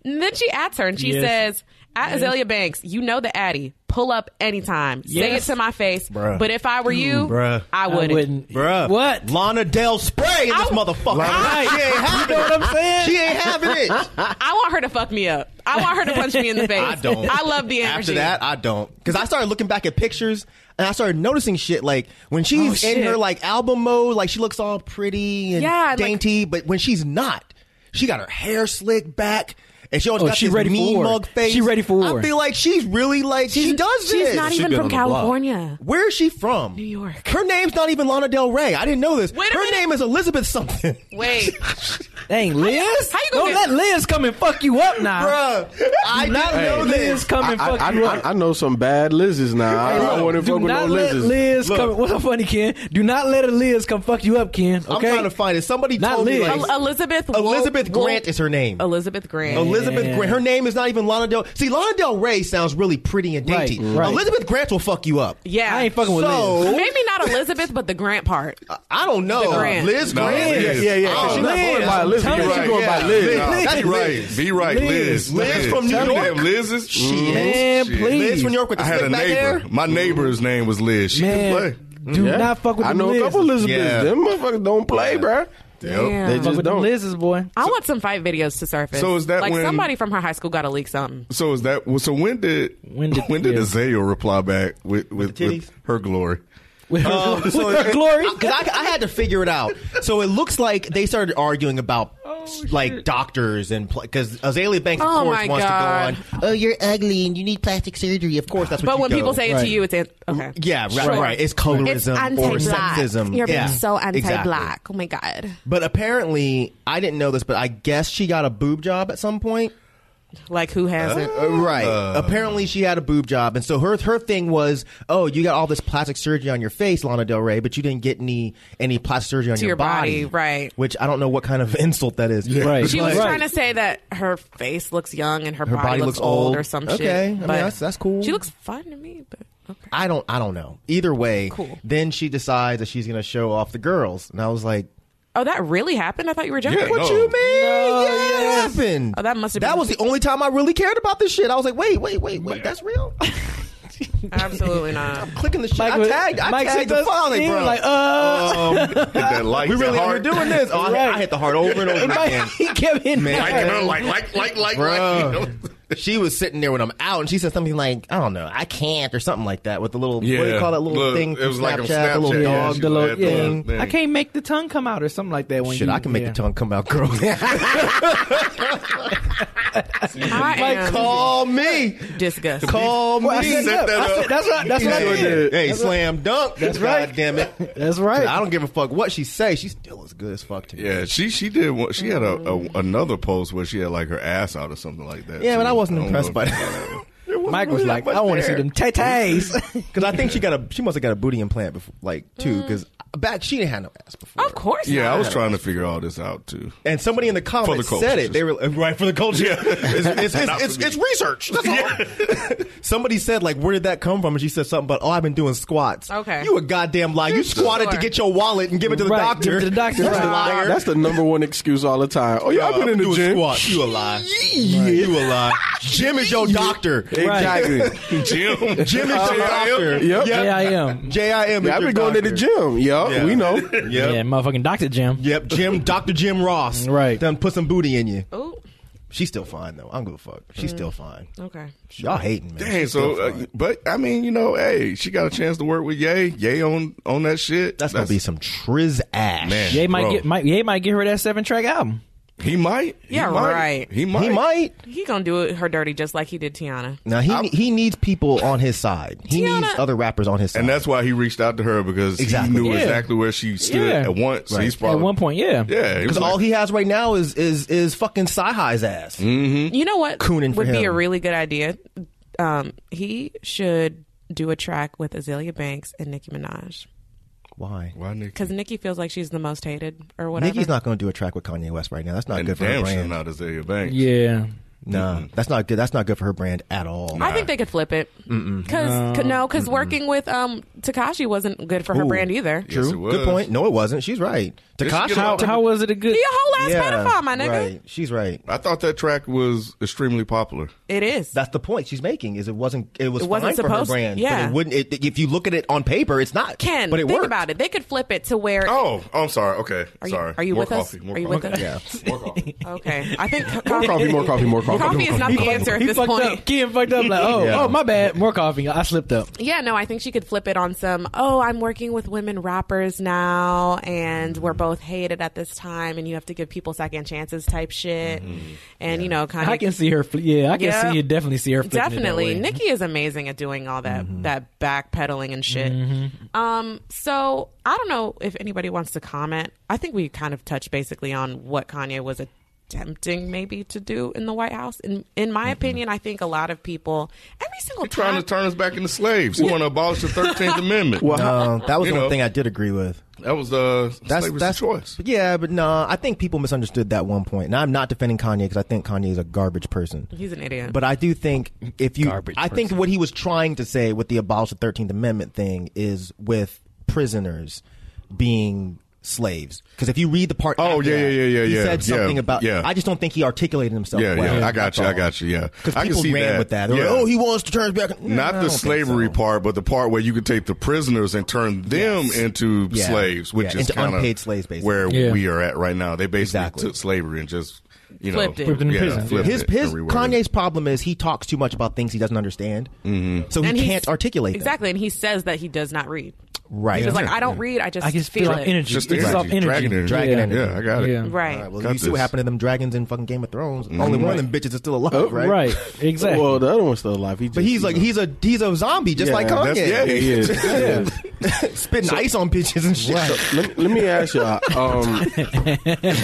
And then she adds her and she Yes. says, At Azalea Banks, you know the Addy. Pull up anytime. Say it Yes. to my face. But if I were you, bruh. I wouldn't. Bruh. What? Lana Del Spray in this I- motherfucker. Right. She ain't having You know it. what I'm saying? She ain't having it. I want her to fuck me up. I want her to punch me in the face. I don't. I love the energy. After that, I don't. Because I started looking back at pictures and I started noticing shit like when she's in shit. her like album mode, like she looks all pretty and Yeah, and, like- dainty, but when she's not, she got her hair slicked back. And she always Oh, got she this ready for mean war. mug face. She ready for war. I feel like she's really like she does She's this. not even been from on the block. California. Where is she from? New York. Her name's not even Lana Del Rey. I didn't know this. Wait a her minute. name is Elizabeth something. Wait. Dang, Liz! how you gonna Don't get- let Liz come and fuck you up now. Bruh, I did not know Liz this. come and I, fuck I, you I, up. I know some bad Lizzes now. I, I wouldn't Do fuck with no not let Lizzes. Liz come. What's up, funny Ken? Do not let a Liz come fuck you up, Ken. I'm Okay, trying to find it. Somebody Not told Liz. me. El- Like, Elizabeth Wo- Elizabeth Wo- Grant is her name. Elizabeth Grant. Elizabeth Yeah. Grant. Her name is not even Lana Del. See, Lana Del Rey sounds really pretty and dainty. Right, right. Elizabeth Grant will fuck you up. yeah. I ain't fucking with So- Liz. Maybe not Elizabeth, but the Grant part. I don't know. The Grant. Liz No, Grant. Liz. Yeah, yeah, yeah. Oh, She's not Liz. going by I'm Elizabeth. telling She's you. going Yeah. by Liz. No, Nah, that's be right. Liz. Be right, Liz. Liz. Liz from New Tell me York? them Liz's? Mm-hmm. Shit. Man, Shit. please. Liz from New York with the I had a slick back hair. neighbor. My neighbor's name was Liz. She could play. man. Do Yeah. not fuck with I the know Liz. a couple Elizabeths. Yeah. Them motherfuckers don't play, bruh. Yep. They Fuck just with the don't. Liz's boy. I want some fight videos to surface. So is that like when- somebody from her high school got to leak something? So is that so? When did When when did- did, yeah. Azalea reply back with with, the titties? with her glory? With, Um, with so her it- glory. I- 'cause I, I had to figure it out. So it looks like they started arguing about like doctors and because Azalea Banks, of Oh, course, my wants God. to go on. Oh, you're ugly and you need plastic surgery. Of course, that's what. But you when go. people say it to Right. you, it's an- okay. Yeah, right, Sure. right. It's colorism It's or anti-black. sexism. You're being Yeah, so exactly. anti-black. Oh my god. But apparently, I didn't know this, but I guess she got a boob job at some point. Like who hasn't? Uh, right. Apparently, she had a boob job, and so her her thing was, oh, you got all this plastic surgery on your face, Lana Del Rey, but you didn't get any any plastic surgery on To your body, right. Which I don't know what kind of insult that is. Right. she was Right. trying to say that her face looks young and her, Her body, body looks looks old old. or some shit. Okay. I mean, that's- that's cool. She looks fine to me, but okay. I don't I don't know. Either way, Cool. then she decides that she's going to show off the girls, and I was like, Oh, that really happened? I thought you were joking. Yeah, what no. you mean? yeah, yes. it happened. Oh, that must have That been- was the only time I really cared about this shit. I was like, wait, wait, wait, wait, that's real. Absolutely not. Clicking the shit. Mike I was- tagged. I Mike tagged the said, file, like, he was bro. like, uh, Um, hit that like, we really that are heart. doing this. Oh, I, hit- I hit the heart over and over again. Mike, he kept hitting Man. Like, her. you know, like, like, like, like, like. Bruh. you know? she was sitting there when I'm out, and she said something like, "I don't know, I can't," or something like that, with the little what do you Yeah. call that little Look, thing? it from was like on the little Snapchat. dog. she the was little, at the yeah. little thing. I can't make the tongue come out or something like that. When Shit, you, I can make yeah. the tongue come out, girl. I am Call me. disgusted. Call me. Well, I Set said, yeah, that I said- up. that's what. That's what I sure did. Hey, slam dunk. That's right. God damn it. That's right. I don't give a fuck what she say. She still as good as fuck to me. Yeah, she she did. One, she had a, a another post where she had like her ass out or something like that. Yeah, but too. I wasn't don't impressed know by if- that. Mike was like, I want to see them tays. Because I think she got a she must have got a booty implant before, like too. Mm. Because back she didn't have no ass before. Of course Yeah, I not. was trying to figure all this out too. And somebody in the comments culture, said it. They were right for the culture. it's, it's, Not it's, for it's, me. it's research. That's all. somebody said like, "Where did that come from?" And she said something about, "Oh, I've been doing squats." Okay. you a goddamn liar. You squatted to Sure. get your wallet and give it to the Right, doctor. give it to the doctor, You right. liar. That's the number one excuse all the time. Oh yeah, I've been in the doing gym. Squats. You a lie. You a lie. Jim is your doctor. Exactly. Jim, Jim is Jim is your doctor. Yep. Yeah, I am. J.I.M. Yeah, I've been going to the gym. Yup, Yeah. we know. Yep. Yeah, motherfucking Doctor Jim. Yep, Jim, Dr. Jim Ross. Right. Done put some booty in you. Oh, She's still fine, though. I don't give a fuck. She's Mm. still fine. okay. Y'all hating, man. Dang, She's so still uh, fine. but I mean, you know, hey, she got a chance to work with Ye. Ye on on that shit. that's, going to be some triz ash. Man. Ye might Bro. get might, Ye might get her that seven track album. He might. He Yeah, might. right. He might. He might. He gonna do it her dirty just like he did Tiana. Now, he he needs people on his side. He Tiana- needs other rappers on his side. And that's why he reached out to her because Exactly. he knew Yeah. exactly where she stood Yeah. at once. So Right. he's At probably one point, yeah. Yeah, he was Because like, all he has right now is is is fucking Sci High's ass. Mm. You know what Mm-hmm. Cooning for would be him. a really good idea? Um, he should do a track with Azalea Banks and Nicki Minaj Why? why Nick? because Nicki feels like she's the most hated or whatever. Nicki's not going to do a track with Kanye West right now. That's not And good for her damn sure brand. not Azalea Banks. Yeah. Nah, that's not good. That's not good for her brand at all. I think they could flip it because no, because working with um Takashi wasn't good for her Ooh. brand either. Yes, it True. Good was. point. No, it wasn't. She's right. she Takashi. get a- How, how was it a good? He a whole ass pedophile, my nigga. Right. She's right. I thought that track was extremely popular. It is. That's the point she's making. Is it wasn't it was It wasn't fine for her supposed- brand. yeah. But it wouldn't. It, if you look at it on paper, it's not. Ken, but it think worked. about it. They could flip it to where. Oh, I'm sorry. Okay, Are you- sorry. are you More with us? coffee, More Are you coffee. with us? Yeah. More coffee. Okay, I think More coffee, more coffee, more coffee. Coffee is not the answer at He this fucked point. up. Ken fucked up. Like, oh, Yeah. oh, my bad. More coffee. I slipped up. Yeah, no, I think she could flip it on some, oh, I'm working with women rappers now and Mm-hmm. we're both hated at this time and you have to give people second chances type shit. Mm-hmm. And, you know, kind I can see her. Fl- yeah, I can Yeah. see you. Definitely see her. flipping it that Definitely. way. Nikki is amazing at doing all that that backpedaling and shit. Um, so I don't know if anybody wants to comment. I think we kind of touched basically on what Kanye was attempting maybe to do in the White House. In in my opinion, I think a lot of people every single Trying time to turn us back into slaves. He want to abolish the 13th Amendment. No, Uh, that was You the one know. thing I did agree with. that was uh, That's slavery's that's choice. Yeah, but no, I think people misunderstood that one point. And I'm not defending Kanye because I think Kanye is a garbage person. he's an idiot. But I do think if you, Garbage I think person. what he was trying to say with the abolish the Thirteenth Amendment thing is with prisoners being slaves. Because if you read the part, Oh, after yeah, that, yeah, yeah, yeah, he yeah, said yeah, something about. yeah. I just don't think he articulated himself. Yeah, well, yeah, I got you, I got you. Yeah, Because I can people see ran that. with that. They're Yeah. like, oh, he wants to turn back. Nah, I Not don't the think slavery so. part, but the part where you could take the prisoners and turn them Yes. into Yeah. slaves, which Yeah, is into kind unpaid slaves, basically. where Yeah. we are at right now. They basically Exactly. took slavery and just you know Flipped it. Flipped it in yeah, prison. flipped His it his and reworded Kanye's it. problem is he talks too much about things he doesn't understand, mm-hmm. so he And can't articulate them. exactly, and he says that he does not read. Right. He was like, Yeah. I don't read. I just I just feel like it. energy. Just the it's all energy, energy. dragon energy. Dragon yeah. energy. Yeah, I got it. Yeah. Right. All right, well, Cut you see what this. Mm-hmm. happened to them dragons in fucking Game of Thrones. Only one of them bitches is still alive, Oh, right? Right. Exactly. Well, the other one's still alive. He just, But he's like, he's a he's a zombie, just Yeah, like that's- Kanye, yeah, yeah, he is. Yeah. spitting ice on bitches and shit. let, let me ask y'all. Um,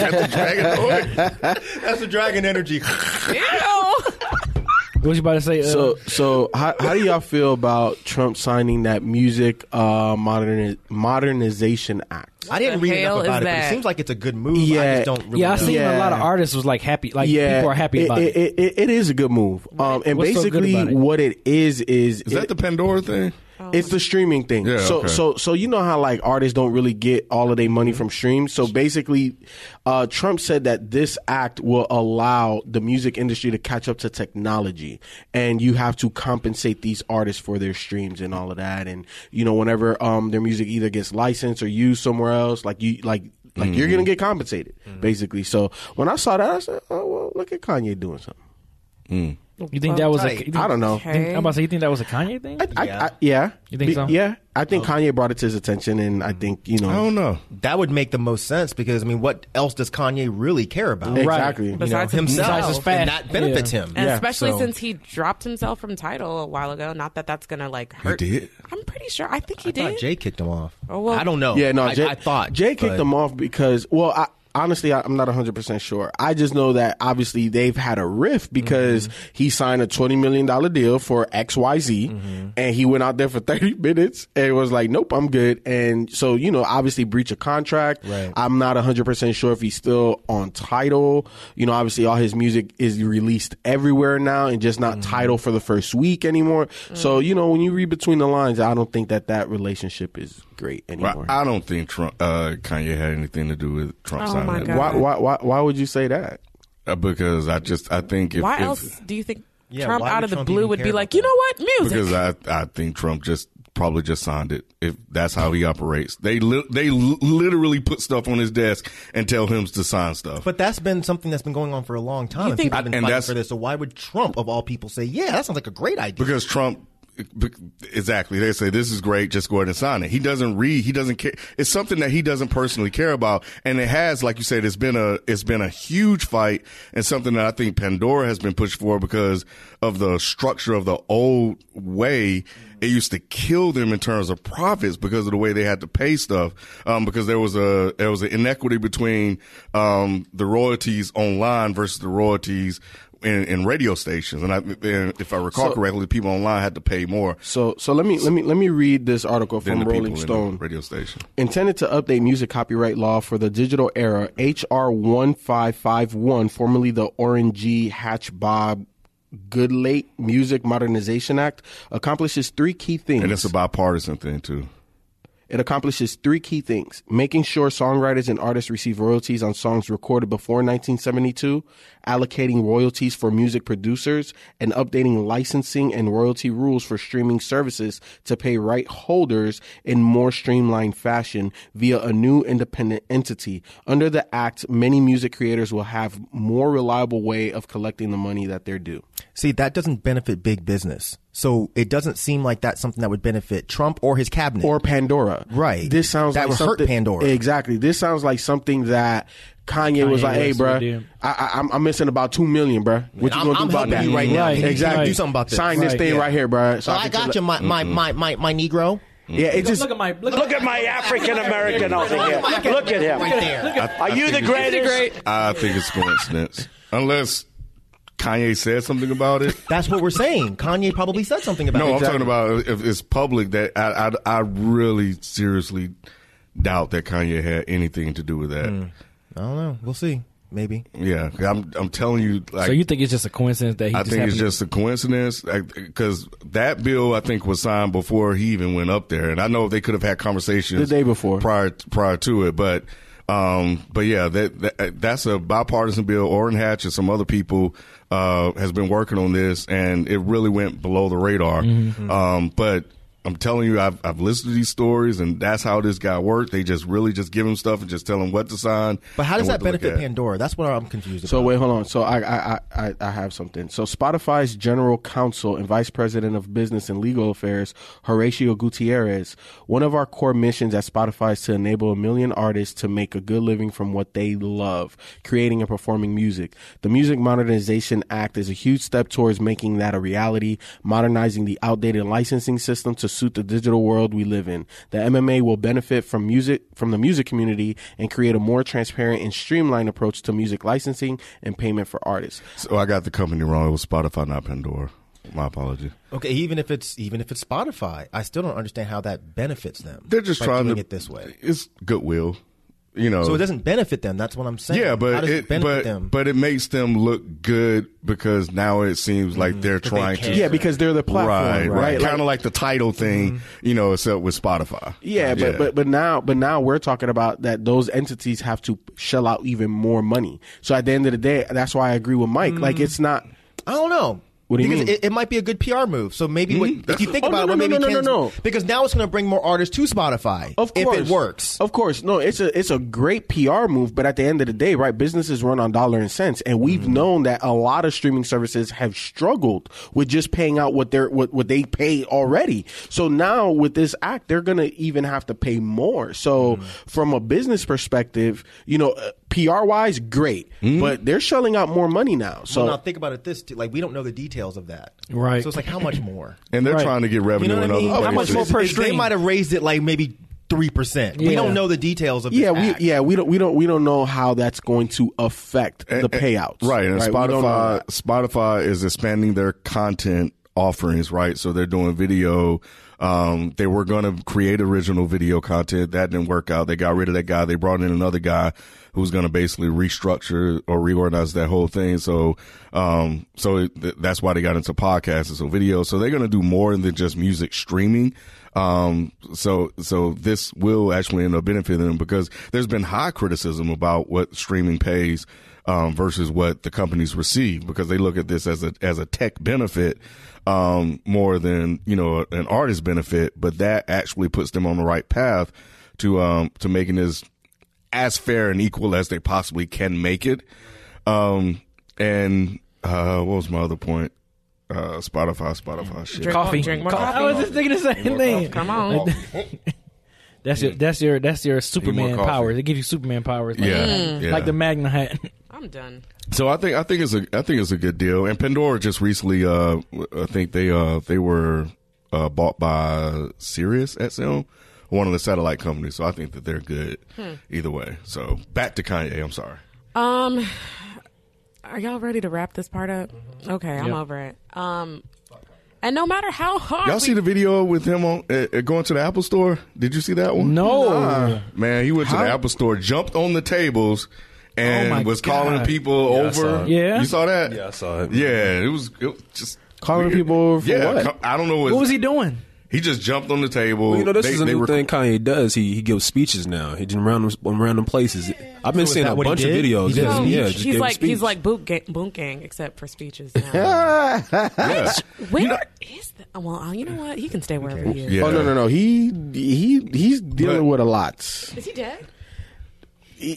That's the dragon energy. Ew. what was you about to say? Uh, so so how, how do y'all feel about Trump signing that music uh, modern modernization act? I didn't the read enough hell is about it, but it that? seems like it's a good move. I Yeah. just don't really yeah, I know. seen a Yeah. lot of artists was like happy. Like people are happy it, about it. It, it, it is a good move. Um, and What's so good basically, about it? what it is is Is that it- the Pandora thing? Oh, It's the streaming thing. Yeah, so okay. so so you know how like artists don't really get all of their money from streams. So basically, uh, Trump said that this act will allow the music industry to catch up to technology, and you have to compensate these artists for their streams and all of that. And you know, whenever um their music either gets licensed or used somewhere else, like you like. Like you're Mm-hmm. gonna get compensated, Mm-hmm. basically. So when I saw that, I said, "Oh well, look at Kanye doing something." You think that was a? tight. you think- I don't know. think- I'm about to say you think that was a Kanye thing? I, yeah. I, yeah, You think so? Oh. Mm-hmm. Yeah, I think Kanye brought it to his attention, and I think you know. I don't know. that would make the most sense because I mean, what else does Kanye really care about? Right. Exactly. You know, Besides himself, himself. Besides his fat. and that benefits him. And especially So- since he dropped himself from title a while ago. Not that that's gonna like hurt. did? I'm pretty sure. I think he I did. thought Jay kicked him off. Oh, well- I don't know. Yeah, no, I, Jay, I thought Jay kicked but- them off because, well, I, honestly, I, I'm not 100 percent sure. I just know that obviously they've had a rift because Mm-hmm. he signed a 20 million dollar deal for X Y Z, Mm-hmm. and he went out there for 30 minutes and was like, "Nope, I'm good." And so, you know, obviously breach of contract. Right. I'm not 100 percent sure if he's still on title. You know, obviously all his music is released everywhere now and just not Mm-hmm. title for the first week anymore. So, Mm. you know, when you read between the lines, I don't think that that relationship is great anymore. Well, I don't think Trump, uh, Kanye had anything to do with Trump Oh, signing my that God. Why, why, why, why would you say that? Uh, because I just I think if, Why if- else do you think Yeah, Trump why out would of the Trump blue even would care be about like, you that? know what, music? because I I think Trump just probably just signed it if that's how he operates. They li- they li- literally put stuff on his desk and tell him to sign stuff. But that's been something that's been going on for a long time. You and think- people have been And fighting that's- for this. So why would Trump, of all people, say, "Yeah, that sounds like a great idea"? because Trump be- exactly they say this is great just go ahead and sign it he doesn't read he doesn't care it's something that he doesn't personally care about and it has like you said it's been a it's been a huge fight and something that i think pandora has been pushed for because of the structure of the old way it used to kill them in terms of profits because of the way they had to pay stuff um, because there was a there was an inequity between um, the royalties online versus the royalties in, in radio stations and, I, and if i recall So- correctly people online had to pay more So, so let me let me let me read this article than from the Rolling people in Stone. the radio station. Intended to update music copyright law for the digital era, H.R. 1551, formerly the Orrin G. Hatch Bob Goodlate Music Modernization Act, accomplishes three key things. And it's a bipartisan thing too. It accomplishes three key things making sure songwriters and artists receive royalties on songs recorded before 1972, allocating royalties for music producers, and updating licensing and royalty rules for streaming services to pay right holders in more streamlined fashion via a new independent entity. Under the act, many music creators will have more reliable way of collecting the money that they're due. See, that doesn't benefit big business. So it doesn't seem like that's something that would benefit Trump or his cabinet. or Pandora. Right. This sounds That like would hurt something- Pandora. Exactly. This sounds like something that Kanye, was Kanye like, "Hey, West bro, would do. I, I, I'm, I'm missing about two million, bro. What I'm- you gonna I'm do about helping that? you right now. Right, Can you- exactly. right. do something about this. Sign this Right, thing yeah. right here, bro. so I got you, my my, my my my Negro. Yeah, it just look at my look, Look at my African American over here. Look at him. right there. Are you the greatest? I think it's coincidence, unless Kanye said something about it. That's what we're saying. Kanye probably said something about No, it. I'm talking about if it's public. That I, I, I really Hmm. seriously doubt that Kanye had anything to do with that. I don't know. We'll see. maybe. Yeah, I'm I'm telling you, like so you think it's just a coincidence that he I just think it's happened just a coincidence because that bill I think was signed before he even went up there, and I know they could have had conversations The day before. prior prior to it, but um, but yeah, that, that that's a bipartisan bill. Orrin Hatch and some other people uh, has been working on this, and it really went below the radar. Um, but I'm telling you, I've I've listened to these stories, and that's how this guy worked. They just really just give him stuff and just tell him what to sign. But how does and that what to look benefit at. Pandora? That's what I'm confused about. So wait, hold on. So I, I I- I I have something. So Spotify's general counsel and vice president of business and legal affairs, Horatio Gutierrez. One of our core missions at Spotify is to enable a million artists to make a good living from what they love, creating and performing music. The Music Modernization Act is a huge step towards making that a reality, modernizing the outdated licensing system to suit the digital world we live in. The MMA will benefit from music from the music community and create a more transparent and streamlined approach to music licensing and payment for artists. So I got the company wrong. It was Spotify, not Pandora. My apology. okay, even if it's even if it's Spotify, I still don't understand how that benefits them. They're just by trying doing to it this way. It's goodwill, you know. So it doesn't benefit them. That's what I'm saying. yeah, How but does it, it benefit but them? but it makes them look good because now it seems like they're Mm-hmm. they trying to care. Yeah, because they're the platform, right, right? right, Like- kind of like the title thing, Mm-hmm. you know, except with Spotify. Yeah, but, but but now but now we're talking about that those entities have to shell out even more money. So at the end of the day, that's why I agree with Mike. Like it's not I don't know. What do you because mean? It, it might be a good PR move. So maybe Hmm? what, if you think Oh, about no, it, no, what maybe no, no, no, Ken's- no. because now it's going to bring more artists to Spotify. Of course, Oh, if it works. Of course, no. It's a it's a great PR move, but at the end of the day, right? Businesses run on dollar and cents, and we've Mm-hmm. known that a lot of streaming services have struggled with just paying out what they're what, what they pay already. So now with this act, they're gonna even have to pay more. So Mm-hmm. from a business perspective, you know, uh, PR wise, great, Mm-hmm. but they're shelling out more money now. So So now think about it this too. Like we don't know the details of that. Right. So it's like how much more? and they're Right. trying to get revenue you know in what I other mean? places. How much more per They- They stream? might have raised it like maybe three percent. We Yeah. don't know the details of this yeah, we act. yeah we don't we don't we don't know how that's going to affect the And- and- payouts. Right. And We don't know Spotify that. Spotify is expanding their content offerings, right? So they're doing video. Um, they were going to create original video content. That didn't work out. They got rid of that guy. They brought in another guy who's going to basically restructure or reorganize that whole thing. So, um, so th- that's why they got into podcasts and so video. So they're going to do more than just music streaming. Um, so, so this will actually end up benefiting them because there's been high criticism about what streaming pays um, versus what the companies receive because they look at this as a as a tech benefit um, more than you know an artist benefit. But that actually puts them on the right path to um, to making this as fair and equal as they possibly can make it. Um, and uh, what was my other point? Uh, Spotify, Spotify, shit. Drink coffee. More, drink more I was just coffee. thinking the same thing. Come on. That's your that's your that's your Superman coffee. powers. They give you Superman powers. Like, Yeah, Mm. yeah. like the Magna Hat. I'm done. So I think I think it's a I think it's a good deal. And Pandora just recently, uh, I think they uh they were uh, bought by Sirius XM, one of the satellite companies. So I think that they're good either way. So back to Kanye. I'm sorry. Um, are y'all ready to wrap this part up? Okay, I'm over it. Um, and no matter how hard Y'all we- see the video with him on uh, uh, going to the Apple Store? Did you see that one? No. Man, he went to the Apple Store, jumped on the tables, and Oh my was God. calling people Yeah, I saw over. it. Yeah? you saw that? Yeah, I saw it. Yeah, it was, it was just Calling weird. people over for yeah, what? co- I don't know What was he doing? He just jumped on the table. Well, you know, this They- is a they new were- thing Kanye does. He he gives speeches now. He in random in random places. I've been So is seeing that a what he bunch of did? videos. He did a yeah, speech? yeah, just he's gave a like speech. he's like boot gang, boot gang except for speeches. Now. Where is the? oh, Well, you know what? He can stay wherever he is. Yeah. Oh no no no he he he's dealing with a lot. Is he dead?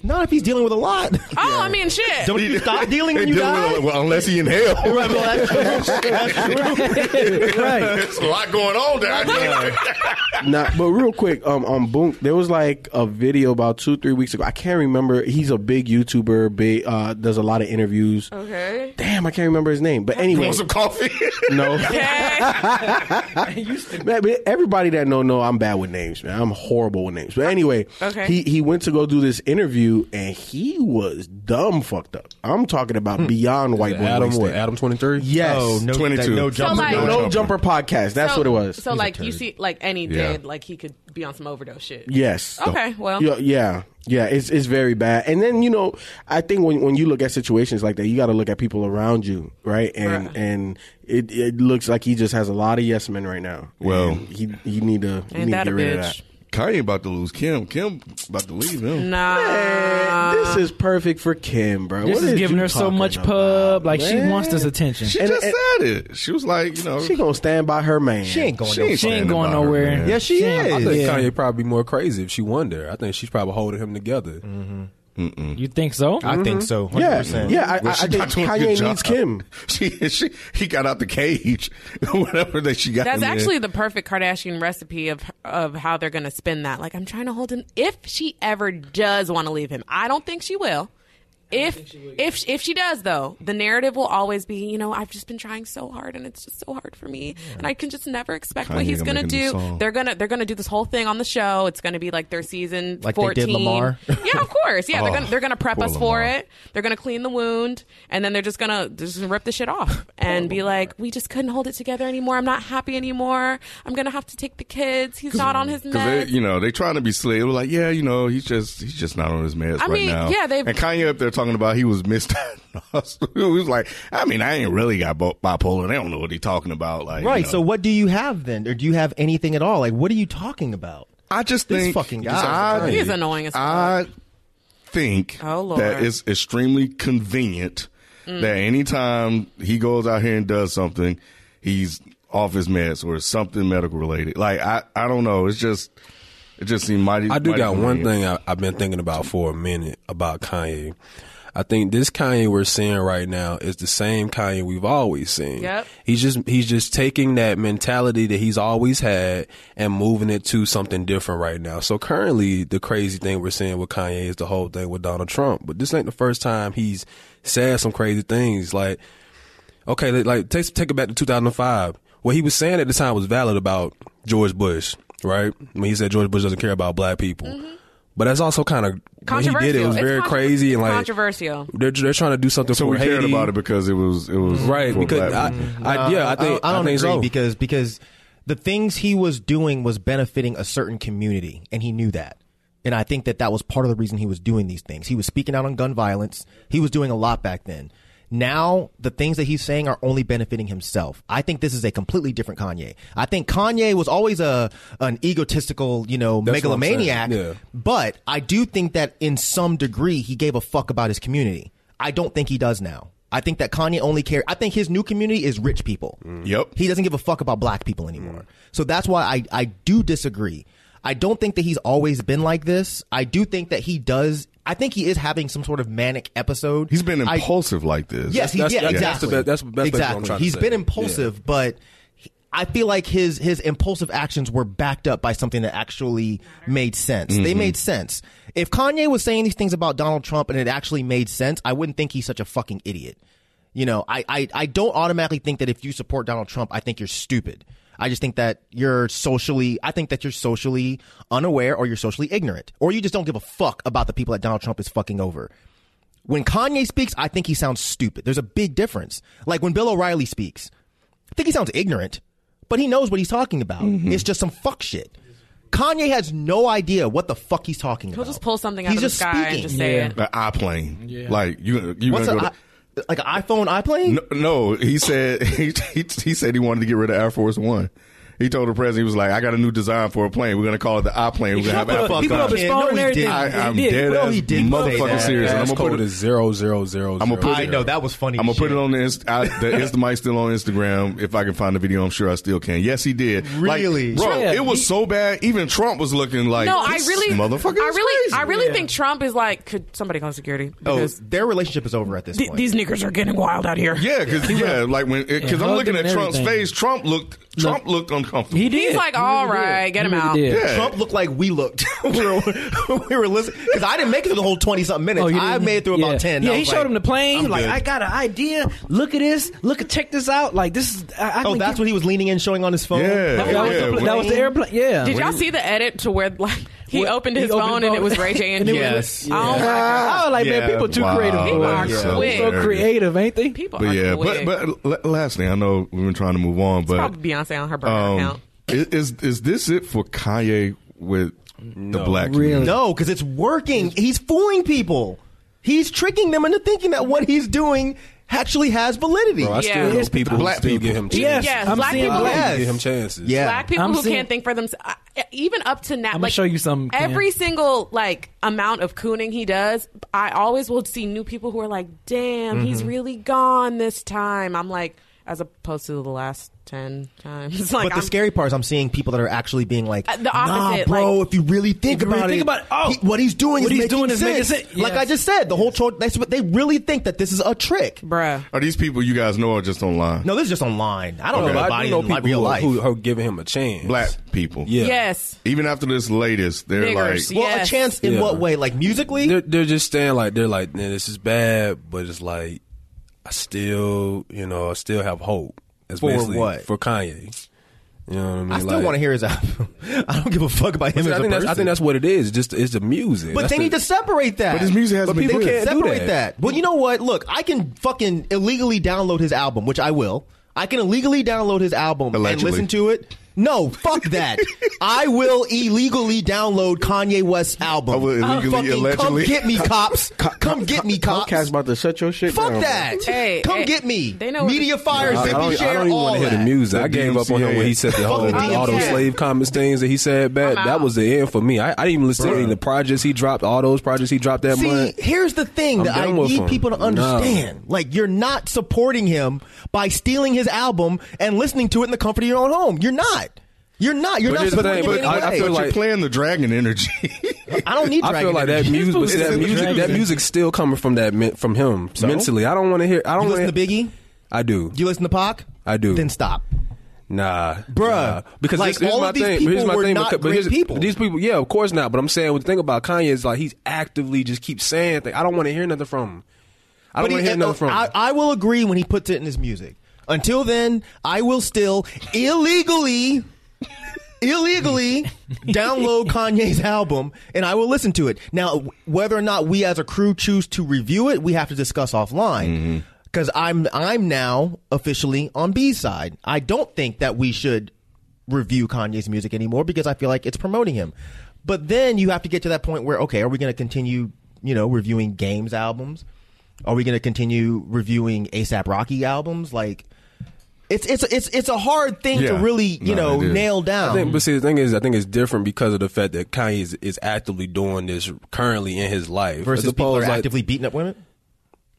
Not if he's dealing with a lot. Oh, I mean, shit. Don't you stop dealing when you Dealing die? with- well, unless he inhaled. Right, well, that's true. That's true. right. There's a lot going on down there. Nah, but real quick, um, on Boom, there was like a video about two, three weeks ago. I can't remember. He's a big YouTuber. Big, uh, does a lot of interviews. Oh. Okay. Damn, I can't remember his name. But You anyway, want some coffee? no, Okay. Man, but everybody that know know I'm bad with names, man. I'm horrible with names. But anyway, Okay. he he went to go do this interview interview, and he was dumb fucked up. I'm talking about Hmm. beyond white boy Adam, what, wasted. Adam 23? Yes. Oh, no, 22. that- no So, jumper. like- no no jumper. jumper podcast. That's so, what it was. So like you see, like any Yeah. dead, like he could be on some overdose shit. Yes. Okay, well. Yeah, yeah, yeah. It's it's very bad. And then you know, I think when when you look at situations like that, you got to look at people around you, right? And Right. and it it looks like he just has a lot of yes men right now. Well- And he he need to he Ain't need to that a get rid of bitch? that. Kanye about to lose Kim. Kim about to leave him. Nah. Man, this is perfect for Kim, bro. This What is is giving you her so talking much about, pub. Like she man? wants this attention. She And- just and- said it. She was like, you know, She gonna stand by her man. She ain't going she nowhere. ain't she ain't standing going by her, nowhere. man. Yeah, she I is. think Yeah. Kanye probably be more crazy if she won there. I think she's probably holding him together. You think so? I think so. 100%. Mm-hmm. Yeah, yeah. I, I, Well, I she think not doing a good Kanye job. needs Kim. She, she, he got out the cage, whatever that she got. That's him in. actually the perfect Kardashian recipe of of how they're going to spin that. Like I'm trying to hold him if she ever does want to leave him. I don't think she will. If if if she does though, the narrative will always be, you know, I've just been trying so hard and it's just so hard for me, and I can just never expect what Kanye he's gonna gonna make a new do. song. They're gonna they're gonna do this whole thing on the show. It's gonna be like their season Like they 14. did Lamar? Yeah, of course. Yeah, Oh, they're gonna they're gonna prep poor us for Lamar. it. They're gonna clean the wound, and then they're just gonna they're just gonna rip the shit off and be like, "We just couldn't hold it together anymore. I'm not happy anymore. I'm gonna have to take the kids. He's not on his Because meds." they, you know, they trying to be slick. They were like, yeah, you know, he's just he's just not on his meds I right mean, now. yeah, they've- and Kanye up there talking about he was missed. he was like, I mean, I ain't really got bo- bipolar. They don't know what he talking about. Like, Right. you know. So what do you have then? Or do you have anything at all? Like what are you talking about? I just This think fucking guy. I, He's annoying as fuck. I think Oh, Lord. Mm. that it's extremely convenient that anytime he goes out here and does something, he's off his meds or something medical related. Like I, I don't know. It's just it just seemed mighty. I do mighty got one convenient. thing I, I've been thinking about for a minute about Kanye. I think this Kanye we're seeing right now is the same Kanye we've always seen. Yep. He's just he's just taking that mentality that he's always had and moving it to something different right now. So currently the crazy thing we're seeing with Kanye is the whole thing with Donald Trump. But this ain't the first time he's said some crazy things like okay, like- like take take it back to 2005. What he was saying at the time was valid about George Bush, right? When he said George Bush doesn't care about black people, but that's also kind of when he Mm-hmm. controversial. did it, it was It's very contro- crazy and it's like controversial. they're they're trying to do something So for we cared Haiti. about it because it was it was right? for Because I, black people. I, yeah, I think Uh, I, don't think agree so. because because the things he was doing was benefiting a certain community, and he knew that. And I think that that was part of the reason he was doing these things. He was speaking out on gun violence. He was doing a lot back then. Now the things that he's saying are only benefiting himself. I think this is a completely different Kanye. I think Kanye was always a an egotistical, you know, That's what I'm saying. megalomaniac. Yeah. But I do think that in some degree he gave a fuck about his community. I don't think he does now. I think that Kanye only cares. I think his new community is rich people. Yep. He doesn't give a fuck about black people anymore. Mm. So that's why I, I do disagree. I don't think that he's always been like this. I do think that he does. I think he is having some sort of manic episode. He's been I- impulsive like this. Yes, he, That's- yeah, that's- that's the exactly. best- that's the best way I'm exactly. trying to He's say been it. impulsive, but he- I feel like his his impulsive actions were backed up by something that actually made sense. Mm-hmm. They made sense. If Kanye was saying these things about Donald Trump and it actually made sense, I wouldn't think he's such a fucking idiot. You know, I, I, I don't automatically think that if you support Donald Trump, I think you're stupid. I just think that you're socially, I think that you're socially unaware or you're socially ignorant or you just don't give a fuck about the people that Donald Trump is fucking over when Kanye speaks, I think he sounds stupid. There's a big difference. Like when Bill O'Reilly speaks, I think he sounds ignorant, but he knows what he's talking about. It's just some fuck shit. Kanye has no idea what the fuck he's talking He'll about. just pull something out he's of the just sky speaking. and just say Yeah. it. An eye plane. Like you, you What's gonna a, go to, I- like an iPhone iPlane? No, no, he said he, he he said he wanted to get rid of Air Force One. He told the president he was like, "I got a new design for a plane. We're gonna call it the I plane. We're gonna have Shut the Apple." fuck He put up. up his Yeah, phone no, and he everything. didn't. I, He I'm did. dead No, ass he didn't say motherfucking that. serious. And I'm That's gonna put code it. is zero zero zero. I'm gonna put I it. know, that was funny I'm gonna as put shit. it on the, inst- I, the Insta Mike's still on Instagram. If I can find the video, I'm sure I still can. Yes, he did. Like, Really? bro? Yeah. It was so bad. Even Trump was looking like, no, I "This really, motherfucker, I is really, crazy." I really think Trump is like, could somebody call security? Oh, Because their relationship is over at this th- point. these niggers are getting wild out here. Yeah, because yeah, like when because I'm hugged looking him at and Trump's everything. face, Trump looked Trump looked uncomfortable. He did. He's like, all right, get him out. Yeah. Yeah. Trump looked like we looked. we were, we were listening because I didn't make it through the whole twenty something minutes. Oh, you I didn't- made it through yeah. about ten. Yeah, I he was showed like, him the plane. I'm like, good. I got an idea. Look at this. Look at check this out. Like this is. I, I oh, think that's he- what he was leaning in, showing on his phone. Yeah. That was, Yeah, the, when- that was the airplane. Yeah. Did y'all see the edit to where like He opened his opened phone the and it phone. was Ray J and Yes. Oh my God. Oh, like man, people too Wow, creative. People that are is They're quick. so hilarious. creative, ain't they? People But are yeah, quick. but but l- last thing I know we've been trying to move on, but Probably Beyonce on her burner um, account. i- is is this it for Kanye with the black? Really? community? No, because it's working. He's fooling people. He's tricking them into thinking that what he's doing actually has validity. Bro, I Yeah. still know It's people who black still people. give him chances. Yes, Yes, I'm black seeing people- Still Yes. Give him chances. Yeah. black people I'm who seeing- can't think for themselves, even up to now. I'ma like, show you something, Cam. Every single like amount of cooning he does, I always will see new people who are like, "Damn, Mm-hmm. he's really gone this time." I'm like, as opposed to the last ten times. Like, but the I'm, scary part is I'm seeing people that are actually being like, Uh, the opposite, nah, bro. like- if you really think If you really about think it, about it, oh, he- what he's doing what is he's making doing is making sense. sense. Like Yes. I just said, the whole tro- that's what they really think that this is a trick. bruh. Are these people you guys know are just online? No, this is just online. I don't Bro, know I about do it know in li- people real who, are- life. who are giving him a chance. Black people. Yeah. Yes, Even after this latest, they're Niggers, like, well, Yes. a chance in Yeah. what way? Like musically? They're, they're just saying like they're like, man, this is bad, but it's like I still, you know, I still have hope. That's For basically what? for Kanye. You know what I mean? I still Like- want to hear his album. I don't give a fuck about him See, as I a think, that's, I person. think that's what it is. Just it's the music. But That's they the- need to separate that. But his music has But been people big. can't Can't do separate that. that. Well, you know what? Look, I can fucking illegally download his album, which I will. I can illegally download his album Allegedly. and listen to it. No, fuck that. I will illegally download Kanye West's album. I Uh, will illegally, Fucking allegedly. Come get me, cops. Come get me, cops. Comcast about to shut your shit down. Fuck bro. that. Hey, Come hey, get me. they know what- Media fires, I, I Bippy don't, I share, don't even all want to hear the that. music. I The gave up on him when he said the whole Fuck Oh, the all those DMCA. slave comments things that he said back. I'm That out. was the end for me. I, I didn't even listen to any of the projects he dropped. All those projects he dropped that See, month. here's the thing I'm that I done with need him. people to No. understand. Like, you're not supporting him by stealing his album and listening to it in the comfort of your own home. You're not. You're not. You're But not here's the supporting thing, him in but any I- I way. feel But like- you're playing the dragon energy. I don't need. I Dragon feel like that Energy. music, but see, It's that in the music, that dragon. music's still coming from that men- from him mentally. I don't want to hear. I don't You want listen to Biggie? I do. Do you listen to Pac? I do. Then stop. Nah, Bruh. nah. Because Like, this- here's all my of these thing. people here's my were thing. not because- but great here's- people. These people, yeah, of course not. But I'm saying the thing about Kanye is like he's actively just keeps saying things. I don't want to hear nothing from him. I But don't want to he- hear nothing from I, him. I will agree when he puts it in his music. Until then, I will still illegally, illegally download Kanye's album and I will listen to it. Now, w- whether or not we as a crew choose to review it, we have to discuss Mm-hmm. offline. Because I'm I'm now officially on B side. I don't think that we should review Kanye's music anymore because I feel like it's promoting him. But then you have to get to that point where okay, are we going to continue, you know, reviewing Games albums? Are we going to continue reviewing ASAP Rocky albums? Like, it's it's it's it's a hard thing to Yeah. really you No, know it is. nail down. I think, but see, the thing is, I think it's different because of the fact that Kanye is, is actively doing this currently in his life. As versus people opposed, are like- actively beating up women.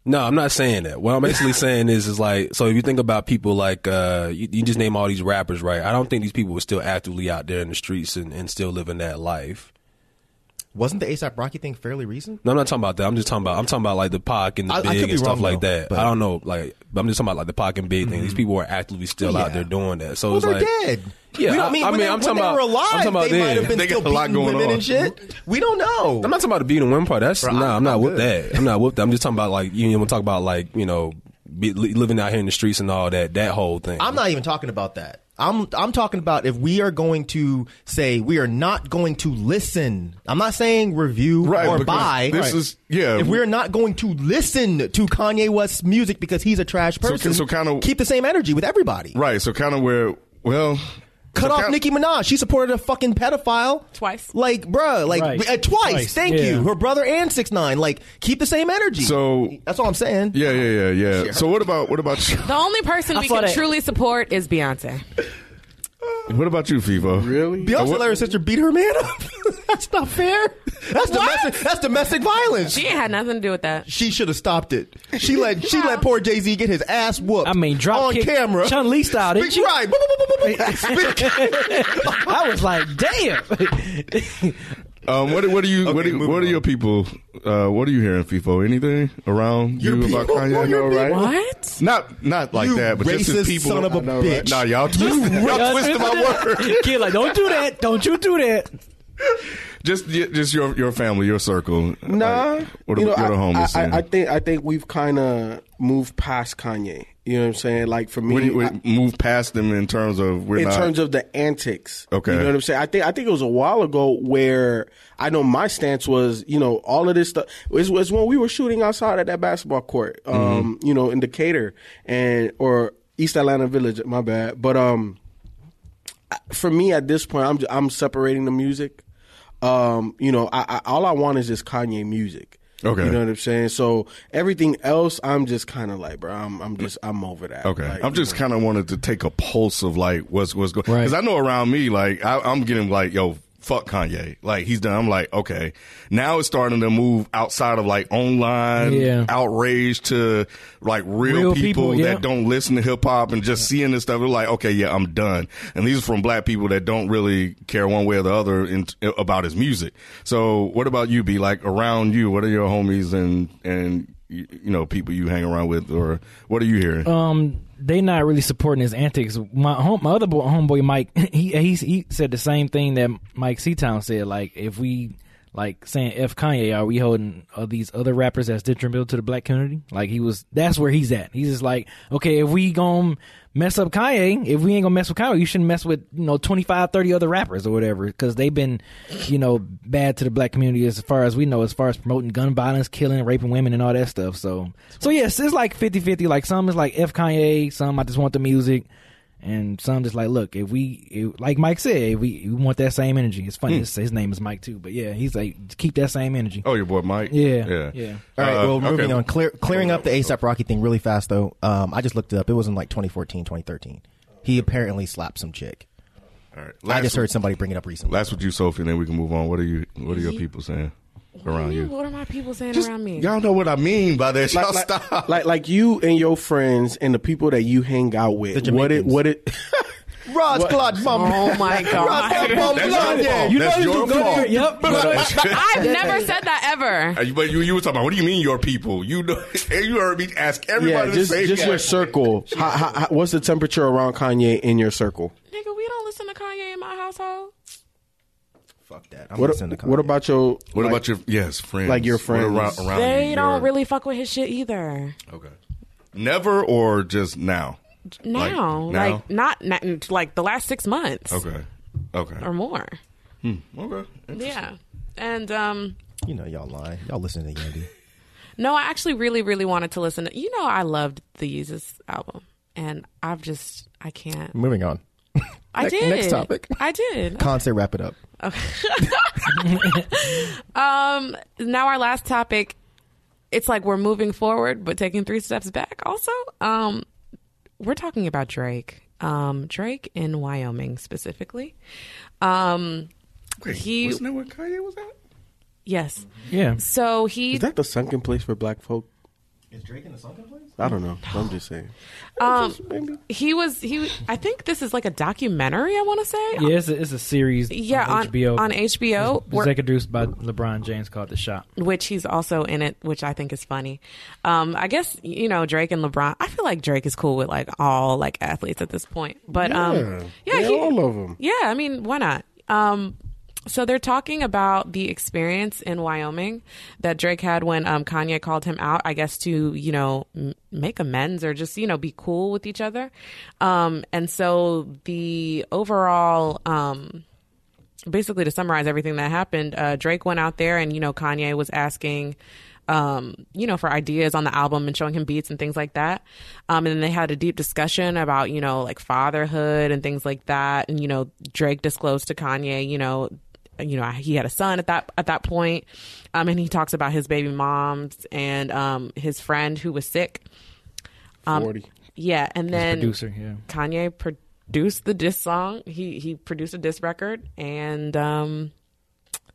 No, I'm not saying that. What I'm basically saying is, is like, so if you think about people like, uh, you, you just name all these rappers, right? I don't think these people were still actively out there in the streets and, and still living that life. Wasn't the ASAP Rocky thing fairly recent? No, I'm not talking about that. I'm just talking about I'm talking about like the Pac and the I- I Big could be and stuff wrong, like though, that. but- Mm-hmm. I don't know, like but I'm just talking about like the Pac and Big thing. These people are actively still Yeah. out there doing that. So Well, it's they're like dead. Yeah, we don't I- mean. I when mean, they, I'm when talking they about- were I'm alive, talking about they might then. have been They got still a lot beating going women on. and shit. We don't know. I'm not talking about the beating one part. That's Bro, nah, I'm- I'm not I'm with good. that. I'm not with that. I'm just talking about like you know, I'm talking about like you know, be, li- living out here in the streets and all that. That whole thing. I'm not even talking about that. I'm I'm talking about if we are going to say we are not going to listen. I'm not saying review Right, or because buy. this Right. is- yeah. If we're not going to listen to Kanye West's music because he's a trash person, so kinda- keep the same energy with everybody. right. So kind of where, well, Cut so off kinda- Nicki Minaj. She supported a fucking pedophile Twice. Like, bruh, like Right. uh, twice, Twice, Thank yeah. you. Her brother and six nine. Like, keep the same energy. So- that's all I'm saying. Yeah, yeah, yeah, yeah. So what about what about you? The only person I we saw can that. truly support is Beyonce. What about you, Fivo? Really? Beyonce What- let her sister beat her man up. that's not fair. That's domestic. That's domestic violence. She ain't had nothing to do with that. She should have stopped it. She let she let poor Jay Z get his ass whooped. I mean, drop on kick camera, Chun Li style, didn't she? Speak right. Boop, boop, boop, boop, boop, boop. Speak- I was like, damn. Um, what, do- what do you what, Okay, do, moving what are on. your people? Uh, what are you hearing, FIFO? Anything around Your you people? about Kanye? Who are I your know, right? people? What? Not not like You that, but just racist as people. son of a I know, right? bitch. Nah, y'all twisted, y'all twisted my word. Kid, like, don't do that. Don't you do that. Just y- just your your family, your circle. Nah, like, what, you know, what I, the homies. I, yeah. I, I think I think we've kind of moved past Kanye. You know what I'm saying? Like for me, What do you- I- what- move past them in terms of we're in not. terms of the antics. Okay. you know what I'm saying. I think I think it was a while ago where I know my stance was, you know, all of this stuff was, was when we were shooting outside at that basketball court, um, Mm-hmm. you know, in Decatur and or East Atlanta Village. My bad, but um, I- for me at this point, I'm I'm separating the music. Um, you know, I, I all I want is just Kanye music. Okay. you know what I'm saying. So everything else, I'm just kind of like, bro, I'm I'm just I'm over that. Okay, Like, I'm you just know. kind of wanted to take a pulse of like what's what's going. Because I know around me, like I, I'm getting like yo. Fuck Kanye, like he's done. I'm like, okay, now it's starting to move outside of like online Yeah. outrage to like real, people, Real people, yeah. that don't listen to hip hop and just seeing this stuff. They're like, okay, yeah, I'm done. And these are from black people that don't really care one way or the other in, about his music. So, what about you? Be like around you. What are your homies and and you you know people you hang around with, or what are you hearing? um they not really supporting his antics. My home, my other boy, homeboy Mike, he, he he said the same thing that Mike Seatown said. Like if we like saying F Kanye, are we holding are these other rappers as detrimental to the black community? Like he was, that's where he's at. He's just like, okay, if we gonna mess up Kanye, if we ain't gonna mess with Kanye, you shouldn't mess with you know 25, 30 other rappers or whatever because they've been you know bad to the black community as far as we know, as far as promoting gun violence, killing, raping women, and all that stuff. So so yes, it's like 50-50. Like some is like F Kanye, some I just want the music. And some just like, look, if we, if, like Mike said, if we, we want that same energy. It's Hmm. funny. His, his name is Mike too, but yeah, he's like, keep that same energy. Oh, your boy Mike. Yeah, yeah, yeah. All right, Uh, well, moving okay. on. Clear, clearing up the ASAP Rocky thing really fast, though. Um, I just looked it up. It was in like 2014, 2013. He apparently slapped some chick. All right. I just heard somebody bring it up recently. Last with you, Sophie, and then we can move on. What are you? What are your people saying around you? What are my people saying Just- around me? Y'all know what I mean by that. Y'all like, stop. Like like you and your friends and the people that you hang out with. The What it Jamaicans. what it Rod Claude Oh my god! That's your fault. That's your fault. Yep. I've never said that ever. Uh, you- But you, you were talking about. What do you mean your people? You know, and you heard me ask everybody yeah, the just same just your question. circle. how, how, how- what's the temperature around Kanye in your circle? Nigga, we don't listen to Kanye in my household. Fuck that. I'm What listening to what Kanye. about your What like- about your yes friends? like your What around- friends. around They you, don't your- really fuck with his shit either. Okay. Never or just now. Now, now? like not, not like the last six months Okay. Okay. or more. Okay. Yeah, and um, You know, y'all lying. Y'all listen to Yandy. no, I actually really, really wanted to listen. to You know, I loved the Yeezus album, and I've just I can't. Moving on. I Next- did. Next topic. I did. Concert. Wrap it up. Um, now our last topic. It's like we're moving forward, but taking three steps back. Also, um, we're talking about Drake. Um, Drake in Wyoming specifically. Um, he Isn't that what Kanye was at? yes. yeah. So he Is that the sunken place for black folk? Is Drake in the sunken place? I don't know. I'm just saying. um Maybe. he was he. I think this is like a documentary. I want to say. Oh. Yeah, it's a, it's a series. Yeah, on, on HBO. on HBO, It's where- produced by LeBron James called The Shop. which he's also in it, which I think is funny. Um, I guess you know Drake and LeBron. I feel like Drake is cool with like all like athletes at this point, but um, yeah, Yeah, he- all of 'em. Yeah, I mean, why not? Um, so they're talking about the experience in Wyoming that Drake had when um, Kanye called him out, I guess to you know m- make amends or just you know be cool with each other. Um, and so the overall. Um, basically to summarize everything that happened, uh, Drake went out there and you know Kanye was asking, um, you know, for ideas on the album and showing him beats and things like that. Um, and then they had a deep discussion about you know like fatherhood and things like that. And you know Drake disclosed to Kanye, you know, you know he had a son at that at that point. Um, and he talks about his baby moms and um, his friend who was sick. Forty. Yeah, and then producer, yeah. Kanye produced the diss song. He he produced a diss record, and um,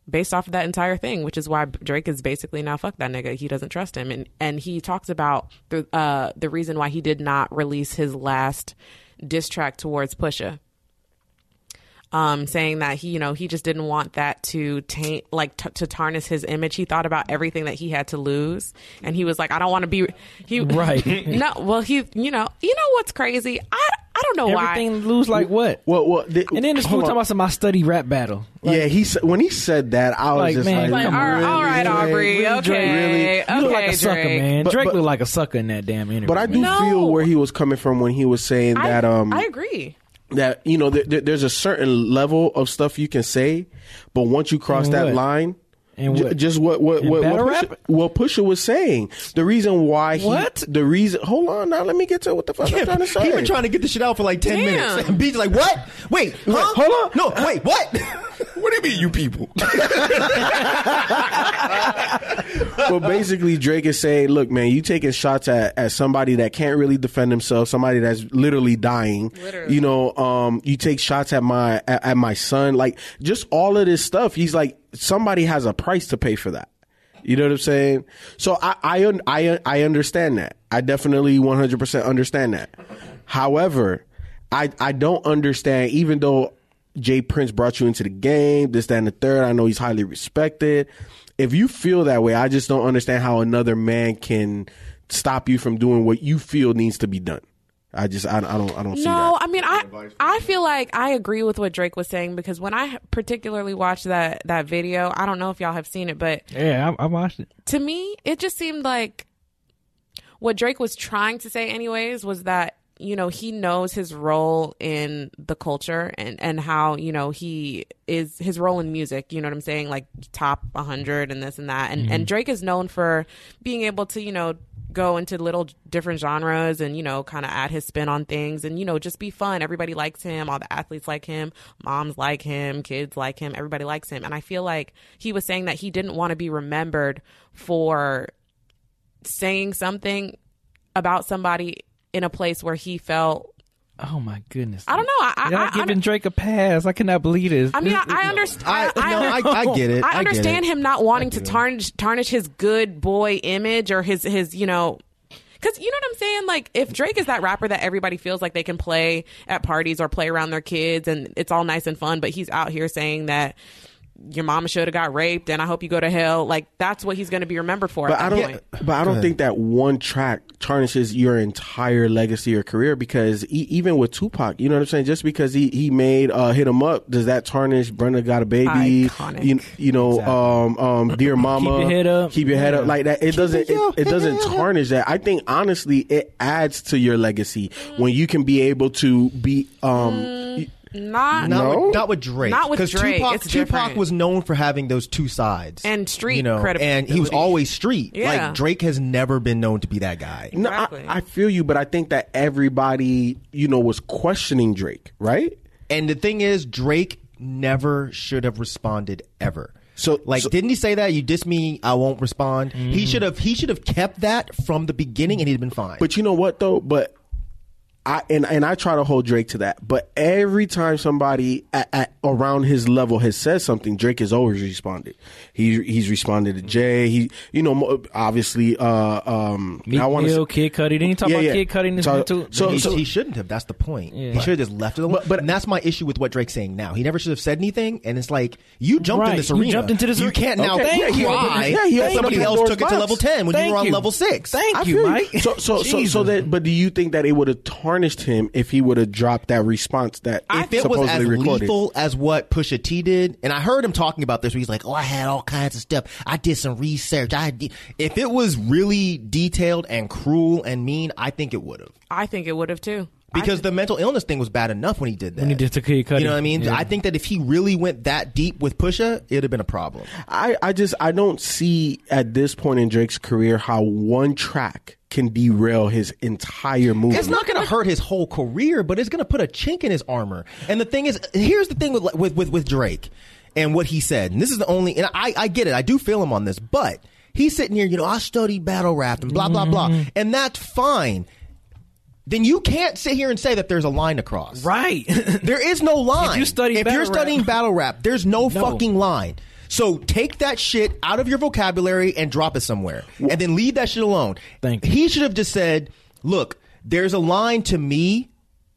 based off of that entire thing, which is why Drake is basically now fuck that nigga. He doesn't trust him, and and he talks about the uh the reason why he did not release his last diss track towards Pusha. Um, saying that he, you know, he just didn't want that to taint, like, t- to tarnish his image. He thought about everything that he had to lose, and he was like, "I don't want to be." He Right. no, well, he, you know, you know what's crazy? I, I I don't know Everything lose like what? Well, well, the, And then this fool hold talking on. about some my study rap battle. Like, yeah, he said, when he said that, I was Like, just man, why. like, Like, Come all on, right, all right, Aubrey. really, Drake, really? okay, You okay, you look like a Drake. sucker, man. But- Drake but- looked like a sucker in that damn interview. But I do man. No. feel where he was coming from when he was saying I, that um I agree. that you know there, there- there's a certain level of stuff you can say, but once you cross And that what? line. And ju- what? just what what And what, what, battle Pusha, rap? what Pusha was saying. The reason why he What? the reason hold on now let me get to what the fuck I'm trying to say. He been trying to get the shit out for like ten Damn. minutes. And B's like, what? Wait, huh? hold on. No, wait, what? What do you mean, you people? well, basically, Drake is saying, "Look, man, you taking shots at, at somebody that can't really defend themselves, somebody that's literally dying. Literally. You know, um, you take shots at my at, at my son, like just all of this stuff. He's like, somebody has a price to pay for that. You know what I'm saying? So I I un- I, un- I understand that. I definitely 100 percent understand that. However, I I don't understand, even though. Jay Prince brought you into the game, this, that, and the third. I know he's highly respected if you feel that way, I just don't understand how another man can stop you from doing what you feel needs to be done. I just I, I don't I don't see No, that. I mean I I feel like I agree with what Drake was saying because when I particularly watched that that video, I don't know if y'all have seen it, but yeah, I, I watched it. to me, it just seemed like what Drake was trying to say, anyways, was that you know he knows his role in the culture and and how you know he is his role in music you know what i'm saying like top 100 and this and that and and drake is known for being able to you know go into little different genres and you know kind of add his spin on things and you know just be fun everybody likes him all the athletes like him moms like him kids like him everybody likes him and i feel like he was saying that he didn't want to be remembered for saying something about somebody in a place where he felt Oh my goodness! I don't know. I- I- Y'all I- I- giving Drake a pass. I cannot believe this. I mean, This- I, I understand. I, no, I, I get it. I, I get understand it. him not wanting to tarnish tarnish his good boy image or his his you know. Cause you know what I'm saying? Like if Drake is that rapper that everybody feels like they can play at parties or play around their kids and it's all nice and fun, but he's out here saying that your mama should have got raped and I hope you go to hell. Like that's what he's going to be remembered for. at But I that don't point. but I don't think that one track tarnishes your entire legacy or career because e- even with Tupac, you know what I'm saying? Just because he he made uh, hit him up, does that tarnish Brenda got a baby? Iconic. You, you know, um um dear mama, your head up. keep your head up Yeah. like that. It doesn't your it, it doesn't head up. tarnish that. I think honestly it adds to your legacy when you can be able to be um y- Not No. Not, with, not with Drake. Not with 'Cause Drake. Tupac, It's Tupac different. was known for having those two sides And street you know, credibility. and he was always street. Yeah. Like Drake has never been known to be that guy. No, Exactly. I, I feel you, but I think that everybody, you know, was questioning Drake, right? And the thing is, Drake never should have responded ever. So- like, so- Mm-hmm. didn't he say that? You diss me, I won't respond. He should have. He should have kept that from the beginning, and he'd been fine. But you know what though? But I and and I try to hold Drake to that. But every time somebody at, at around his level has said something, Drake has always responded. He he's responded to Jay. He you know mo- obviously uh um Meek I want Mill, to Kid Cudi. Then you talk Yeah, about yeah. Kid Cudi in this So- one too. so- he, he shouldn't have. That's the point. He should have just left it alone. But- But, but- and that's my issue with what Drake's saying now. He never should have said anything. And it's like you jumped Right. in this You arena. jumped into this You arena. can't now Okay. Thank you. cry Yeah, he that opened somebody up else Pandora's took it to box. level ten when Thank you were on you. level six. Thank I you, feel Mike. So so so so Jesus. that but do you think that it would have tarnished him if he would have dropped that response that If it was as supposedly recorded? lethal as what Pusha T did, and I heard him talking about this, where he's like, "Oh, I had all kinds of stuff. I did some research. I did." If it was really detailed and cruel and mean, I think it would have. I think it would have too. I because the mental illness thing was bad enough when he did that. he did to Kid Cudi. you know what I mean? Yeah. I think that if he really went that deep with Pusha, it'd have been a problem. I, I just I don't see at this point in Drake's career how one track can derail his entire movement. It's not going to hurt his whole career, but it's going to put a chink in his armor. And the thing is, here's the thing with with with, with Drake and what he said. And this is the only, and I I get it. I do feel him on this, but he's sitting here, you know, I study battle rap and blah blah blah, and that's fine. Then you can't sit here and say that there's a line across. right. There is no line. If you study if battle you're rap- studying battle rap, there's no, fucking line. So take that shit out of your vocabulary and drop it somewhere, and then leave that shit alone. Thank you. He should have just said, "Look, there's a line to me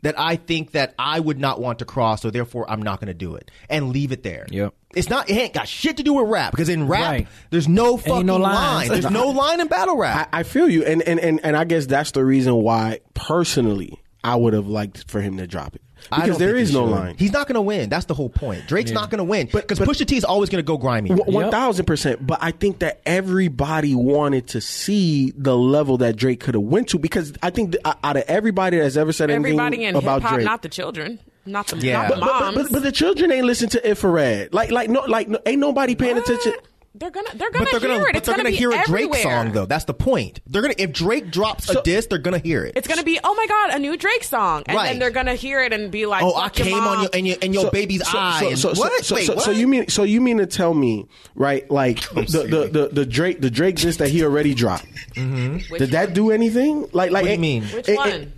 that I think that I would not want to cross, so therefore I'm not going to do it," and leave it there. Yep. It's not. It ain't got shit to do with rap because in rap, Right. there's no no fucking line. lines. There's no line in battle rap. I, I feel you, and, and and and I guess that's the reason why personally I would have liked for him to drop it I don't because there think he is no should. line. He's not going to win. That's the whole point. Drake's not going to win But- because but- Pusha T is always going to go grimy. One thousand percent. But I think that everybody wanted to see the level that Drake could have went to because I think that out of everybody that's ever said anything Everybody in hip about hop, Drake, not the children, not the, Yeah. not the But- but, moms. but, but the children ain't listen to infrared. Like like no like no, ain't nobody paying attention. They're gonna, they're gonna But they're hear gonna, it. but It's they're gonna, gonna be hear a Drake everywhere. song though. That's the point. They're gonna if Drake drops a diss, they're gonna hear it. It's gonna be, oh my god, a new Drake song, and Right. then they're gonna hear it and be like, oh, I "Fuck your came on mom." your and your and your baby's eye. and- so, what? So, Wait, so, what? so you mean so you mean to tell me right like the, the, the, the Drake the Drake list that he already dropped? Which Did that do anything? Like Mm-hmm. like What do you it- mean? one? Which it- one? it-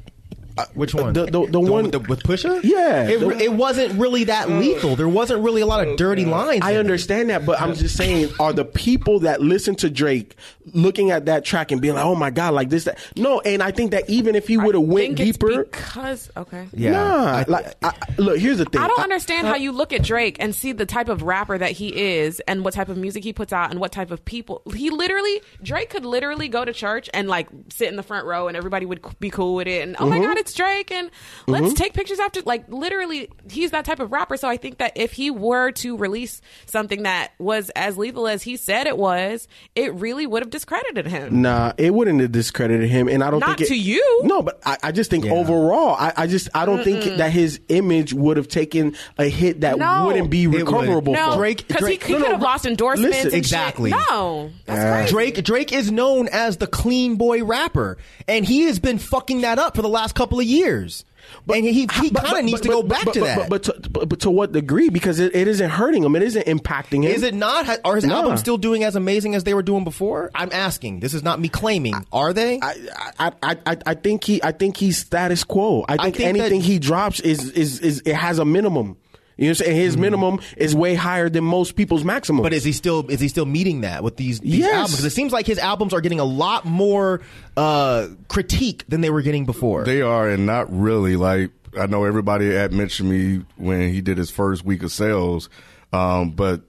uh, Which one? The- the- the one- with, the, with Pusha? Yeah. It, The- it wasn't really that lethal. There wasn't really a lot of dirty lines. I in it. understand that, but I'm just saying, are the people that listen to Drake looking at that track and being like, "Oh my god, like this"? That no, and I think that even if he would have went Think it's deeper, because okay. Yeah. nah. I- like, I, look, here's the thing. I don't understand how you look at Drake and see the type of rapper that he is and what type of music he puts out and what type of people he literally Drake could literally go to church and like sit in the front row and everybody would c- be cool with it and oh my Mm-hmm. god it's Drake and let's take pictures after like literally he's that type of rapper so I think that if he were to release something that was as lethal as he said it was it really would have discredited him. Nah, it wouldn't have discredited him, and I don't Not think it, to you. No, but I, I just think Yeah. overall, I, I just I don't think that his image would have taken a hit that No. wouldn't be It would. recoverable. No, from. Drake- because he, Drake- he no, no, could have but- lost endorsements. listen, and shit. exactly. No, that's crazy. Drake Drake is known as the clean boy rapper, and he has been fucking that up for the last couple of years. and he, he But- kind of but- needs to but- go back but- to but- that. But, but, to, but, but to what degree? Because it, it isn't hurting him. It isn't impacting him. Is it not? Ha- Are his Nah. albums still doing as amazing as they were doing before? I'm asking. This is not me claiming. Are they? I, I, I, I- I think he I think he's status quo. I think, think anything that- he drops is, is is it has a minimum. You know, what I'm saying? his minimum is way higher than most people's maximum. Mm-hmm. but is he still is he still meeting that with these, these Yes. albums? 'Cause it seems like his albums are getting a lot more uh, critique than they were getting before. They are, and not really. Like I know everybody had mentioned me when he did his first week of sales, um, but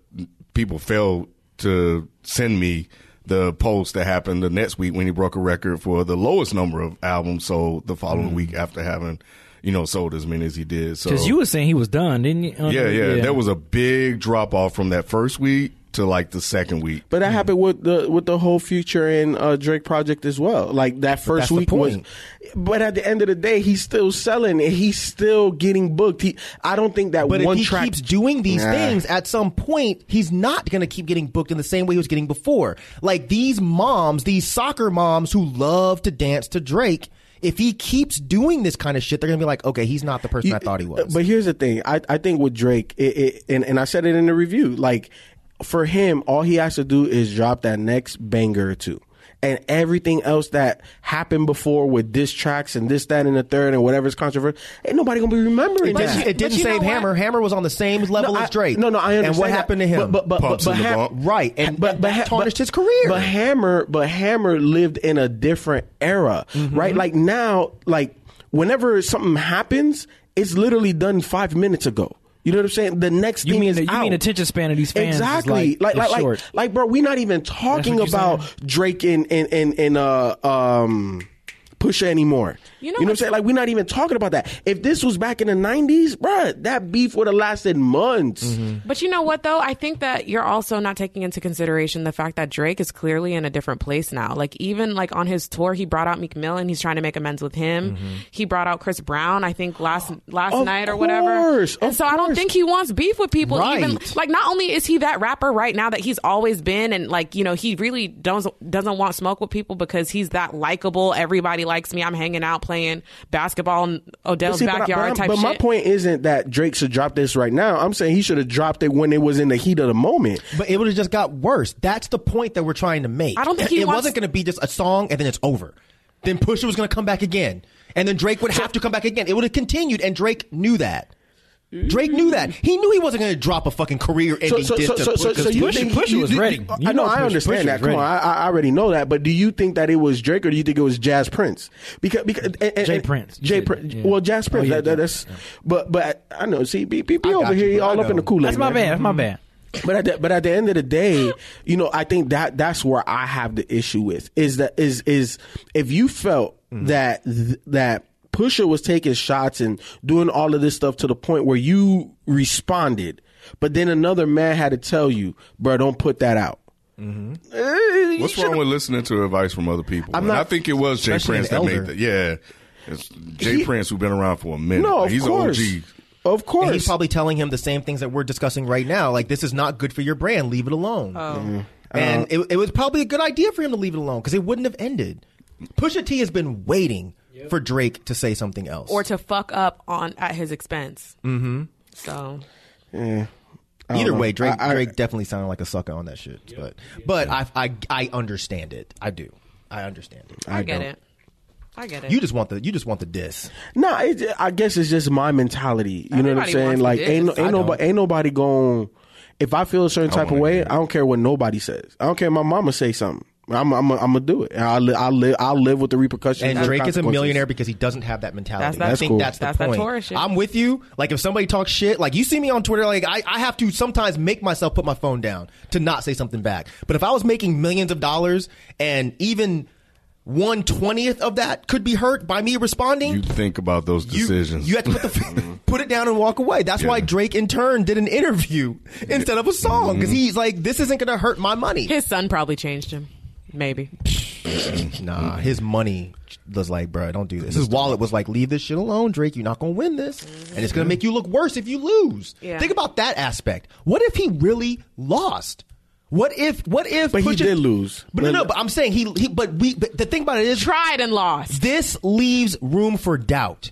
people failed to send me the post that happened the next week when he broke a record for the lowest number of albums sold the following week after having, you know, sold as many as he did. So Because you were saying he was done, didn't you? Uh, yeah, yeah, there was a big drop off from that first week to like the second week. But Mm. that happened with the with the whole future and uh, Drake project as well. Like that that's first the week was, point. but at the end of the day, he's still selling and he's still getting booked. He, I don't think that But one if he track keeps doing these Nah. things, at some point, he's not going to keep getting booked in the same way he was getting before. Like these moms, these soccer moms who love to dance to Drake, if he keeps doing this kind of shit, they're going to be like, okay, he's not the person I thought he was. uh, But here's the thing: I, I think with Drake, it, it, and and I said it in the review, like for him, all he has to do is drop that next banger or two. And everything else that happened before with diss tracks and this, that, and the third, and whatever's controversial, ain't nobody gonna be remembering it that. didn't, it didn't you know save what? Hammer. Hammer was on the same level No, as I- Drake. no, no, I understand. And what that. happened to him? But but but, Pumps but, in the Ham- bunk. Right, and that- that Ha- tarnished his career. But Hammer, but Hammer lived in a different era, Mm-hmm. right? Like now, like whenever something happens, it's literally done five minutes ago. You know what I'm saying? The next You thing mean is the- you out. mean attention span of these fans is, Exactly. like, Like is like like short. like, bro, we're not even talking what you're about saying? Drake and and and, and uh um. Pusha anymore. You know you know what I'm what's- saying? Like, we're not even talking about that. If this was back in the 90s, bruh, that beef would have lasted months. Mm-hmm. But you know what though? I think that you're also not taking into consideration the fact that Drake is clearly in a different place now. Like even like on his tour, he brought out Meek Mill and he's trying to make amends with him. He brought out Chris Brown, I think last last Mm-hmm. Of night or whatever. course, And of so I don't course. think he wants beef with people. Even Right. like not only is he that rapper right now that he's always been, and like you know he really doesn't doesn't want smoke with people because he's that likable. Everybody likes me. I'm hanging out playing basketball in Odell's See, but I- but backyard I'm- type but shit. my point isn't that Drake should drop this right now. I'm saying he should have dropped it when it was in the heat of the moment. But it would have just got worse. That's the point that we're trying to make. I don't think he it wants- wasn't going to be just a song and then it's over. Then Pusha was going to come back again, and then Drake would have to come back again. It would have continued, and Drake knew that. Drake knew that. He knew he wasn't going to drop a fucking career-ending diss to Pusha. Pusha- Pusha was do- ready. do- You I know, know I Pusha- understand Pusha that. was Come on, I, ready. I already know that. But do you think that it was Drake, or do you think it was Jazz Prince? Because because and, and, Jay and- Prince. You Jay said- Prince. yeah. Oh, Well, Jazz Prince. yeah, that, that, that's but but I know. See, be, be, be I got over you, here, you bro. all I up in know. the Kool Aid. That's my bad. That's my bad. But at the, but at the end of the day, you know, I think that that's where I have the issue with is that is is if you felt that that Pusha was taking shots and doing all of this stuff to the point where you responded, but then another man had to tell you, bro, don't put that out. Mm-hmm. What's wrong with listening to advice from other people? I'm And not- I think it was Jay especially Prince an that made elder. that. Yeah. It's Jay Prince who's been around for a minute. No, of He's course. an OG. Of course. And he's probably telling him the same things that we're discussing right now. Like, this is not good for your brand. Leave it alone. Mm-hmm. Uh, And it, it was probably a good idea for him to leave it alone because it wouldn't have ended. Pusha T has been waiting for Drake to say something else. or to fuck up on at his expense. Mm-hmm. So Either know. way, Drake, I- I- Drake definitely sounded like a sucker on that shit. But but I, I I understand it. I do. I understand it. I, get it. I get it. You just want the you just want the diss. No, it, I guess it's just my mentality. You know what I'm Everybody saying? wants Like, this. ain't no, I ain't nobody, don't. ain't nobody going. If I feel a certain type of wanna way, hear it. I don't care what nobody says. I don't care if my mama say something. I'm, I'm, I'm gonna do it. And I, li- I live, I live with the repercussions. And the Drake is a consequences. millionaire because he doesn't have that mentality. That's that- I That's think cool. that's the That's that point. Taurus shit. I'm with you. Like if somebody talks shit, like you see me on Twitter, like I, I have to sometimes make myself put my phone down to not say something back. But if I was making millions of dollars and even one twentieth of that could be hurt by me responding, You think about those you, decisions. Mm-hmm. you have to put the put it down and walk away. That's why Yeah. Drake in turn did an interview instead of a song Mm-hmm. because he's like, this isn't going to hurt my money. his son probably changed him. Maybe. Mm-hmm. Nah, his money was like, bro, don't do this. His wallet was like, leave this shit alone, Drake. You're not going to win this, and it's Mm-hmm. going to make you look worse if you lose. Yeah. Think about that aspect. What if he really lost? What if? What if? But he Pusha- did lose. But no, no. But I'm saying he. he but we. But the thing about it is, Tried and lost. this leaves room for doubt.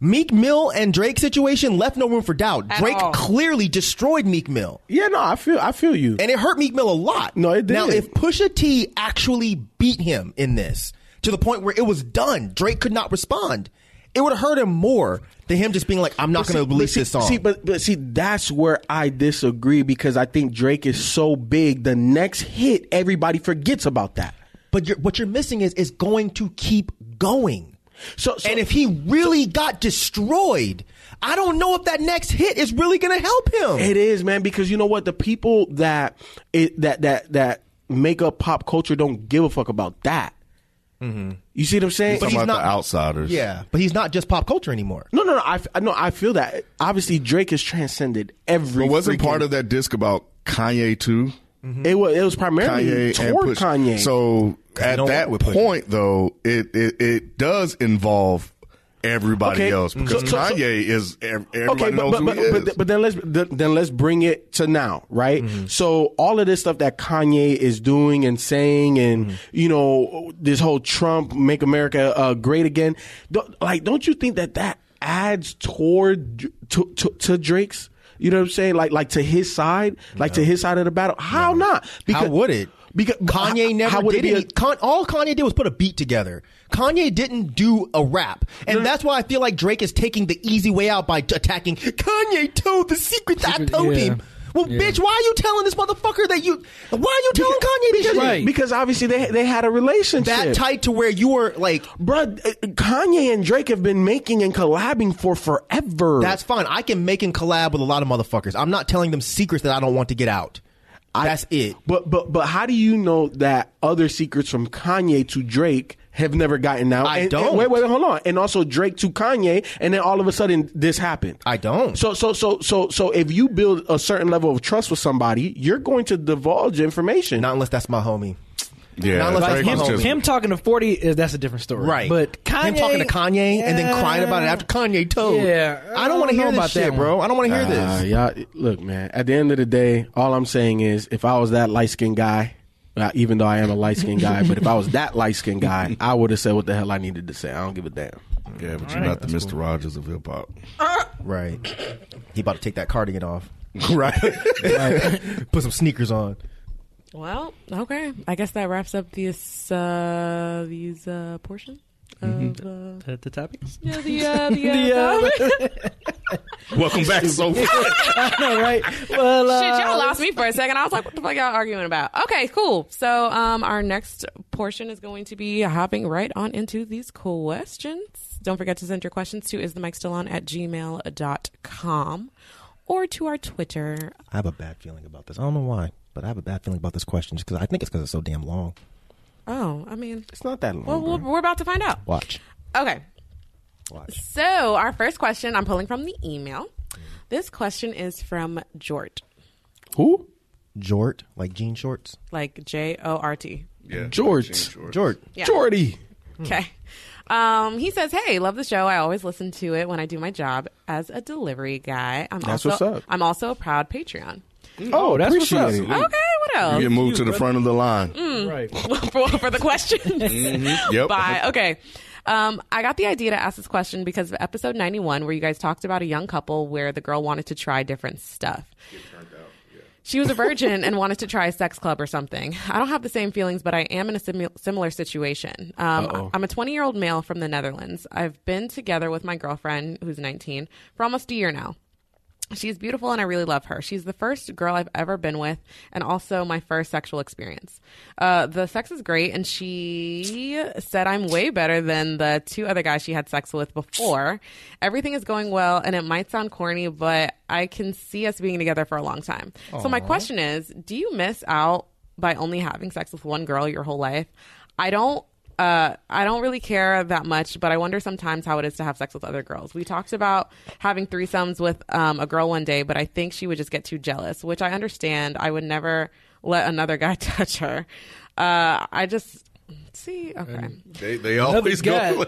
Meek Mill and Drake situation left no room for doubt. At Drake all. clearly destroyed Meek Mill. Yeah, no, I feel, I feel you. And it hurt Meek Mill a lot. No, it did. Now, if Pusha T actually beat him in this to the point where it was done, Drake could not respond. It would have hurt him more than him just being like, "I'm not But going see- to release but see, this song." See, but, but see, that's where I disagree because I think Drake is so big. The next hit, everybody forgets about that. But you're, what you're missing is is going to keep going. So- so- and if he really got destroyed, I don't know if that next hit is really going to help him. It is, man, because you know what? The people that it, that that that make up pop culture don't give a fuck about that. Mm-hmm. You see what I'm saying? But Talking he's about not- the outsiders. Yeah, but he's not just pop culture anymore. no, no, no. I, f- no, I feel that. Obviously, Drake has transcended every. But wasn't freaking- part of that disc about Kanye too? It was. It was primarily Kanye toward and Push. Kanye. So they at don't that work with Pusha. point, though, it, it it does involve everybody Okay. else because So- so- so- Kanye is ev- everybody okay, but knows but, who but, he is. but, but then let's then then let's bring it to now, right? So all of this stuff that Kanye is doing and saying, and you know this whole Trump make America uh, great again, don't, like don't you think that that adds toward to, to, to Drake's? You know what I'm saying? Like like to his side, like to his side of the battle. How not? how would it? Because Kanye how- never how would did it be a- any. Con, all Kanye did was put a beat together. Kanye didn't do a rap, and that's why I feel like Drake is taking the easy way out by t- attacking Kanye. Told the secret, that I Secret, told yeah. him. Well, Yeah. bitch, why are you telling this motherfucker that you? Why are you telling Kanye this because, shit? Right. because obviously they they had a relationship That tight to where you were like, Bruh, uh, Kanye and Drake have been making and collabing for forever. that's fine. I can make and collab with a lot of motherfuckers. I'm not telling them secrets that I don't want to get out. that's it. but but but how do you know that other secrets from Kanye to Drake have never gotten out? I And- and don't. wait, wait, hold on. And also Drake to Kanye, and then all of a sudden this happened. I don't. So so so so so if you build a certain level of trust with somebody, you're going to divulge information. Not unless that's my homie. Now yeah, let's Drake talk was about just- Him talking to forty is that's a different story, Right. But Kanye him talking to Kanye and then crying about it after Kanye told. Yeah. I don't want to I don't hear know this about that shit, one. bro. I don't want to hear Ah, this. y'all, look, man. At the end of the day, all I'm saying is, if I was that light skinned guy, uh, even though I am a light skinned guy, but if I was that light skinned guy, I would have said what the hell I needed to say. I don't give a damn. yeah, but you're not the Mr. Rogers of hip hop, Right. He about to take that cardigan off. right? Put some sneakers on. Well, okay. I guess that wraps up this uh these uh portion of uh, The, the topics. yeah, the uh, the, uh, The, uh, topic. Welcome back, so I know, right? Well, uh, Shit, y'all lost me for a second. I was like, what the fuck y'all arguing about? Okay, cool. So um our next portion is going to be hopping right on into these questions. Don't forget to send your questions to is the mic still on at gmail.com or to our Twitter. I have a bad feeling about this. I don't know why, but I have a bad feeling about this question because I think it's because it's so damn long. Oh, I mean It's not that long. well, we're, we're about to find out. Watch. Okay. Watch. So, our first question I'm pulling from the email. This question is from Jort, Who? Jort, like jean shorts. like J O R T. Yeah. George. Short. Jort. Yeah. Jordy. Okay. Um, he says, "Hey, love the show. I always listen to it when I do my job as a delivery guy. I'm That's also what's up. I'm also a proud Patreon. Oh, that's what's appreciate up. it. Okay, what else? You Mm. get moved to the brother. front of the line. Right. for, for the question. Yep. Bye. Okay. Um, I got the idea to ask this question because of episode 91, where you guys talked about a young couple where the girl wanted to try different stuff. She was a virgin and wanted to try a sex club or something. I don't have the same feelings, but I am in a simu- similar situation. Um, I'm a 20 year old male from the Netherlands. I've been together with my girlfriend, who's 19, for almost a year now. She's beautiful and I really love her. She's the first girl I've ever been with and also my first sexual experience. Uh, the sex is great and she said I'm way better than the two other guys she had sex with before. Everything is going well and it might sound corny, but I can see us being together for a long time. So my question is, do you miss out by only having sex with one girl your whole life? I don't uh, I don't really care that much, but I wonder sometimes how it is to have sex with other girls. We talked about having threesomes with um, a girl one day, but I think she would just get too jealous, which I understand. I would never let another guy touch her. Uh, I just see, okay, They, they Another always guy. go.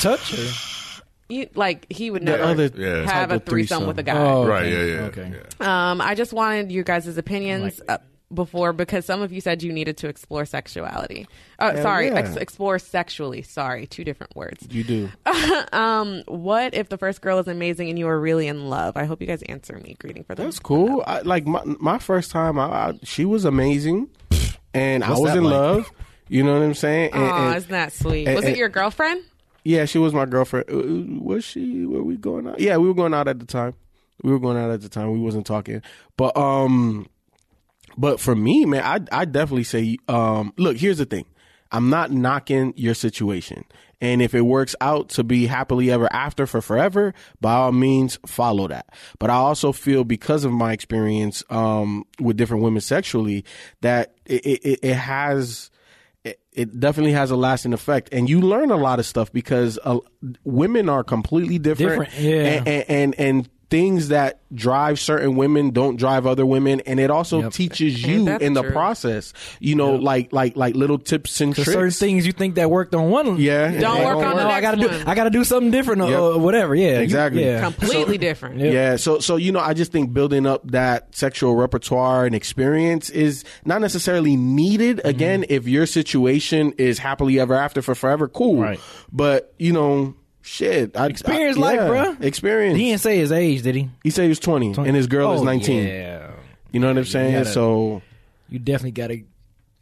Touch her. you, like he would never other Yeah. have type a of threesome threesome. with a guy. Oh, Right. okay. Yeah. Yeah. Okay. yeah. Um, I just wanted your guys' opinions uh, before because some of you said you needed to explore sexuality. Oh, sorry, ex- explore sexually. Sorry, two different words. You do. um, what if the first girl is amazing and you are really in love? I hope you guys answer me. Greeting for them. That's cool. I, like my my first time, I, I she was amazing, and I was that in like? love. You know what I'm saying? And- Aw, and- isn't that sweet? and- was and- it your girlfriend? Yeah, she was my girlfriend. Uh, Was she? Were we going out? Yeah, we were going out at the time. We were going out at the time. We wasn't talking, but um, but for me, man, I I definitely say, um, look, here's the thing. I'm not knocking your situation, and if it works out to be happily ever after for forever, by all means, follow that. But I also feel because of my experience um, with different women sexually that it it, it- it has it, it definitely has a lasting effect and you learn a lot of stuff because uh, women are completely different, Different, yeah. and, and and and things that drive certain women don't drive other women and it also Yep. teaches Ain't you that the in the truth? process you know like like like little tips and 'Cause certain tricks things you think that worked on one. yeah Don't and- work Oh, on the no, I next gotta do. one. I gotta do something different or, Yep. or whatever. Yeah. You- Exactly. yeah. Completely different. Yeah, so so you know, I just think building up that sexual repertoire and experience is not necessarily needed. Mm-hmm. Again, if your situation is happily ever after for forever, cool. Right. But you know, shit, I, Experience I- life, yeah, bruh. Experience. He didn't say his age, did he? He said he was 20, and his girl is Oh, nineteen. Yeah. You know what I'm saying? gotta- so You definitely gotta.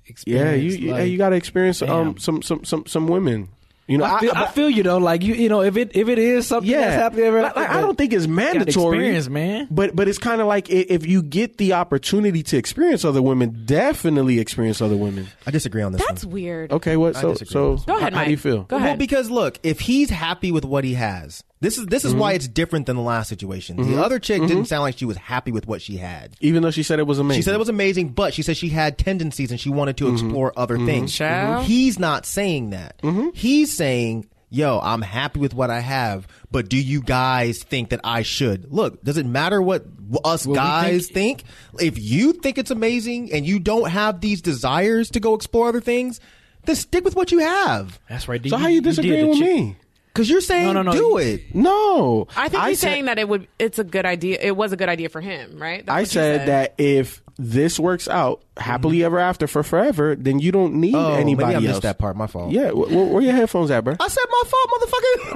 yeah, Experience, you you- like- you got to experience Damn. um some some some some women. You know, I feel, I, feel you though. Like you, you know, if it if it is something yeah, that's happening, ever, Like, like, I don't think it's mandatory. experience, man. But but it's kind of like i- if you get the opportunity to experience other women, definitely experience other women. I disagree on this. That's one. weird. Okay, what? I So disagree so with Go ahead, how, how Mike. do you feel? Go ahead. Well, because look, if he's happy with what he has, this is this is Mm-hmm. why it's different than the last situation. The other chick didn't sound like she was happy with what she had. Even though she said it was amazing, Mm-hmm. She said it was amazing, but she said she had tendencies and she wanted to explore other things. Child. He's not saying that. Mm-hmm. He's saying, yo, I'm happy with what I have, but do you guys think that I should? Look, does it matter what w- us guys think? If you think it's amazing and you don't have these desires to go explore other things, then stick with what you have. That's right. So how you disagreeing with me? Because you're saying No, no, no. do it. No, I think he's said- saying that it would. It's a good idea. It was a good idea for him, right? That's what I you said, that if this works out happily ever after for forever, then you don't need Oh, maybe anybody I missed else. that part. My fault. Oh, Yeah, wh- wh- where your headphones at, bro? I said my fault,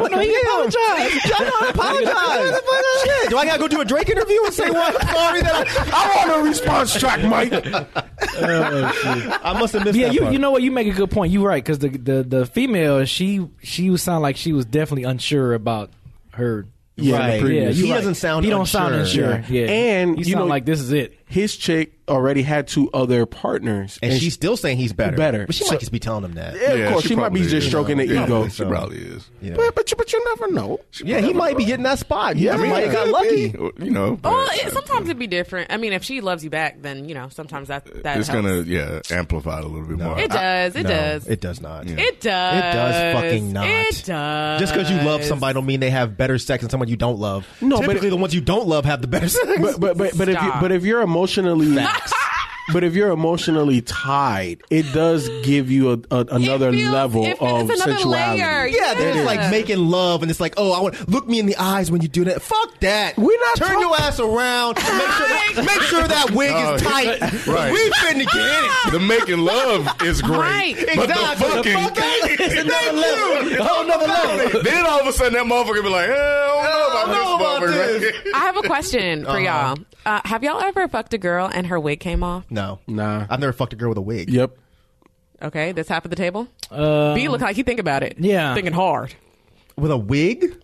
motherfucker. Like, no, he damn. apologized. Yeah, I apologize. Shit, do I gotta go do a Drake interview and say what? Sorry that I, want a response track, Mike. Oh, I must have missed Yeah, that you part. you know what? You make a good point. You're right because the, the the female she she was sound like she was definitely unsure about her. Yeah, Right. the previous. you He doesn't sound He don't sound unsure. unsure. Yeah, And, you, you sound know- like this is it. his chick already had two other partners, and, she- she's still saying he's better. Better. But she So- might just be telling him that. Yeah, of course, she, might be probably just is. stroking the Yeah, ego. She probably is. Yeah. But, but you but you never know. Yeah, he might be getting that spot. Yeah, I mean, might it have got could lucky. be, or, You know, but Well, Oh, it, sometimes it'd be different. I mean, if she loves you back, then you know, sometimes that that it's helps. gonna yeah amplify it a little bit more. It does. It No, does. It does not. It does. It does fucking not. It does. Just because you love somebody don't mean they have better sex than someone you don't love. No, but- typically the ones you don't love have the better sex. But but but, but if you, Stop. but if you're emotionally but if you're emotionally tied, it does give you a, a, another It feels- level it feels- of it's another sensuality. layer. yeah, they're Yeah. just like making love, and it's like, oh, I want look me in the eyes when you do that. Fuck that. We're not turn talk- your ass around. and Make sure that, make sure that wig Oh, is tight. right. We finna get it. the making love is great, Right. but Exactly. the fucking Fuck it. It's another level. A whole nother level. then all of a sudden that motherfucker be like, eh, I I don't don't know about know this about motherfucker. I have a question for y'all. Uh, have y'all ever fucked a girl and her wig came off? No, Nah. I've never fucked a girl with a wig. Yep. Okay, that's half of the table. Uh, B look like he think about it. yeah. thinking hard. With a wig?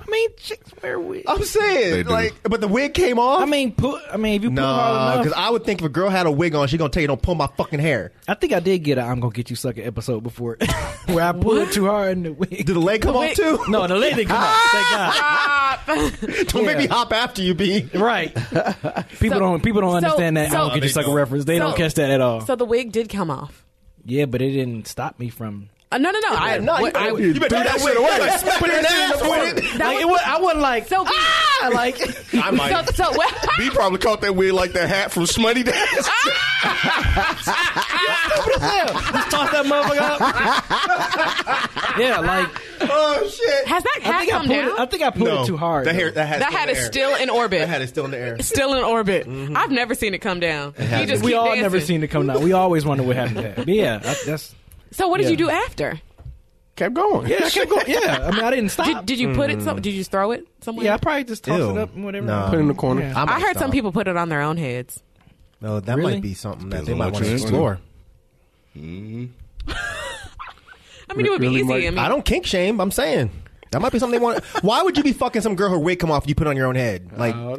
I mean, chicks wear wigs. I'm saying, They do. like, but the wig came off. I mean, put, I mean, if you pull Nah, hard because enough, I, I would think if a girl had a wig on, she gonna tell you don't pull my fucking hair. think I did get a "I'm gonna get you sucker" episode before, where I pulled too hard in the wig. Did the leg come off wig- too? no, the leg didn't come off. Thank God. don't make me hop after you, B. Right. People So- don't people don't so- understand that. so- I don't get They you sucker don't. reference. They don't So- catch that at all. so the wig did come off. yeah, but it didn't stop me from. Uh, no, no, no. I, No, you what- I- better, you better throw that shit away. Put your ass with it. That like, was- it was, I wasn't like so, ah, like I might. so, so, well, He probably caught that wig like that hat from Smutty Dash. toss that motherfucker up. yeah, like Oh shit! has that I hat think I come pulled it. down? I think I pulled it too hard. That hair, though. that hat, that hat in the is air. still in orbit. That hat is still in the air. still in orbit. I've never seen it come down. You just we keep all dancing. never seen it come down. We always wonder what happened to that. But yeah, I, that's So what did Yeah. you do after? Kept going. yeah. I kept going. Yeah, I mean, I didn't stop. Did, did you put it? So, did you throw it somewhere? yeah, I probably just tossed Ew. it up and whatever. Nah. Put it in the corner. Yeah. I heard some people put it on their own heads. No, that Really? might be something Depends that they on might what want to you're into. explore. I mean, it would be Really, easy. Mike? I mean, I don't kink shame. I'm saying that might be something they want. Why would you be fucking some girl her wig come off? You put it on your own head, like No,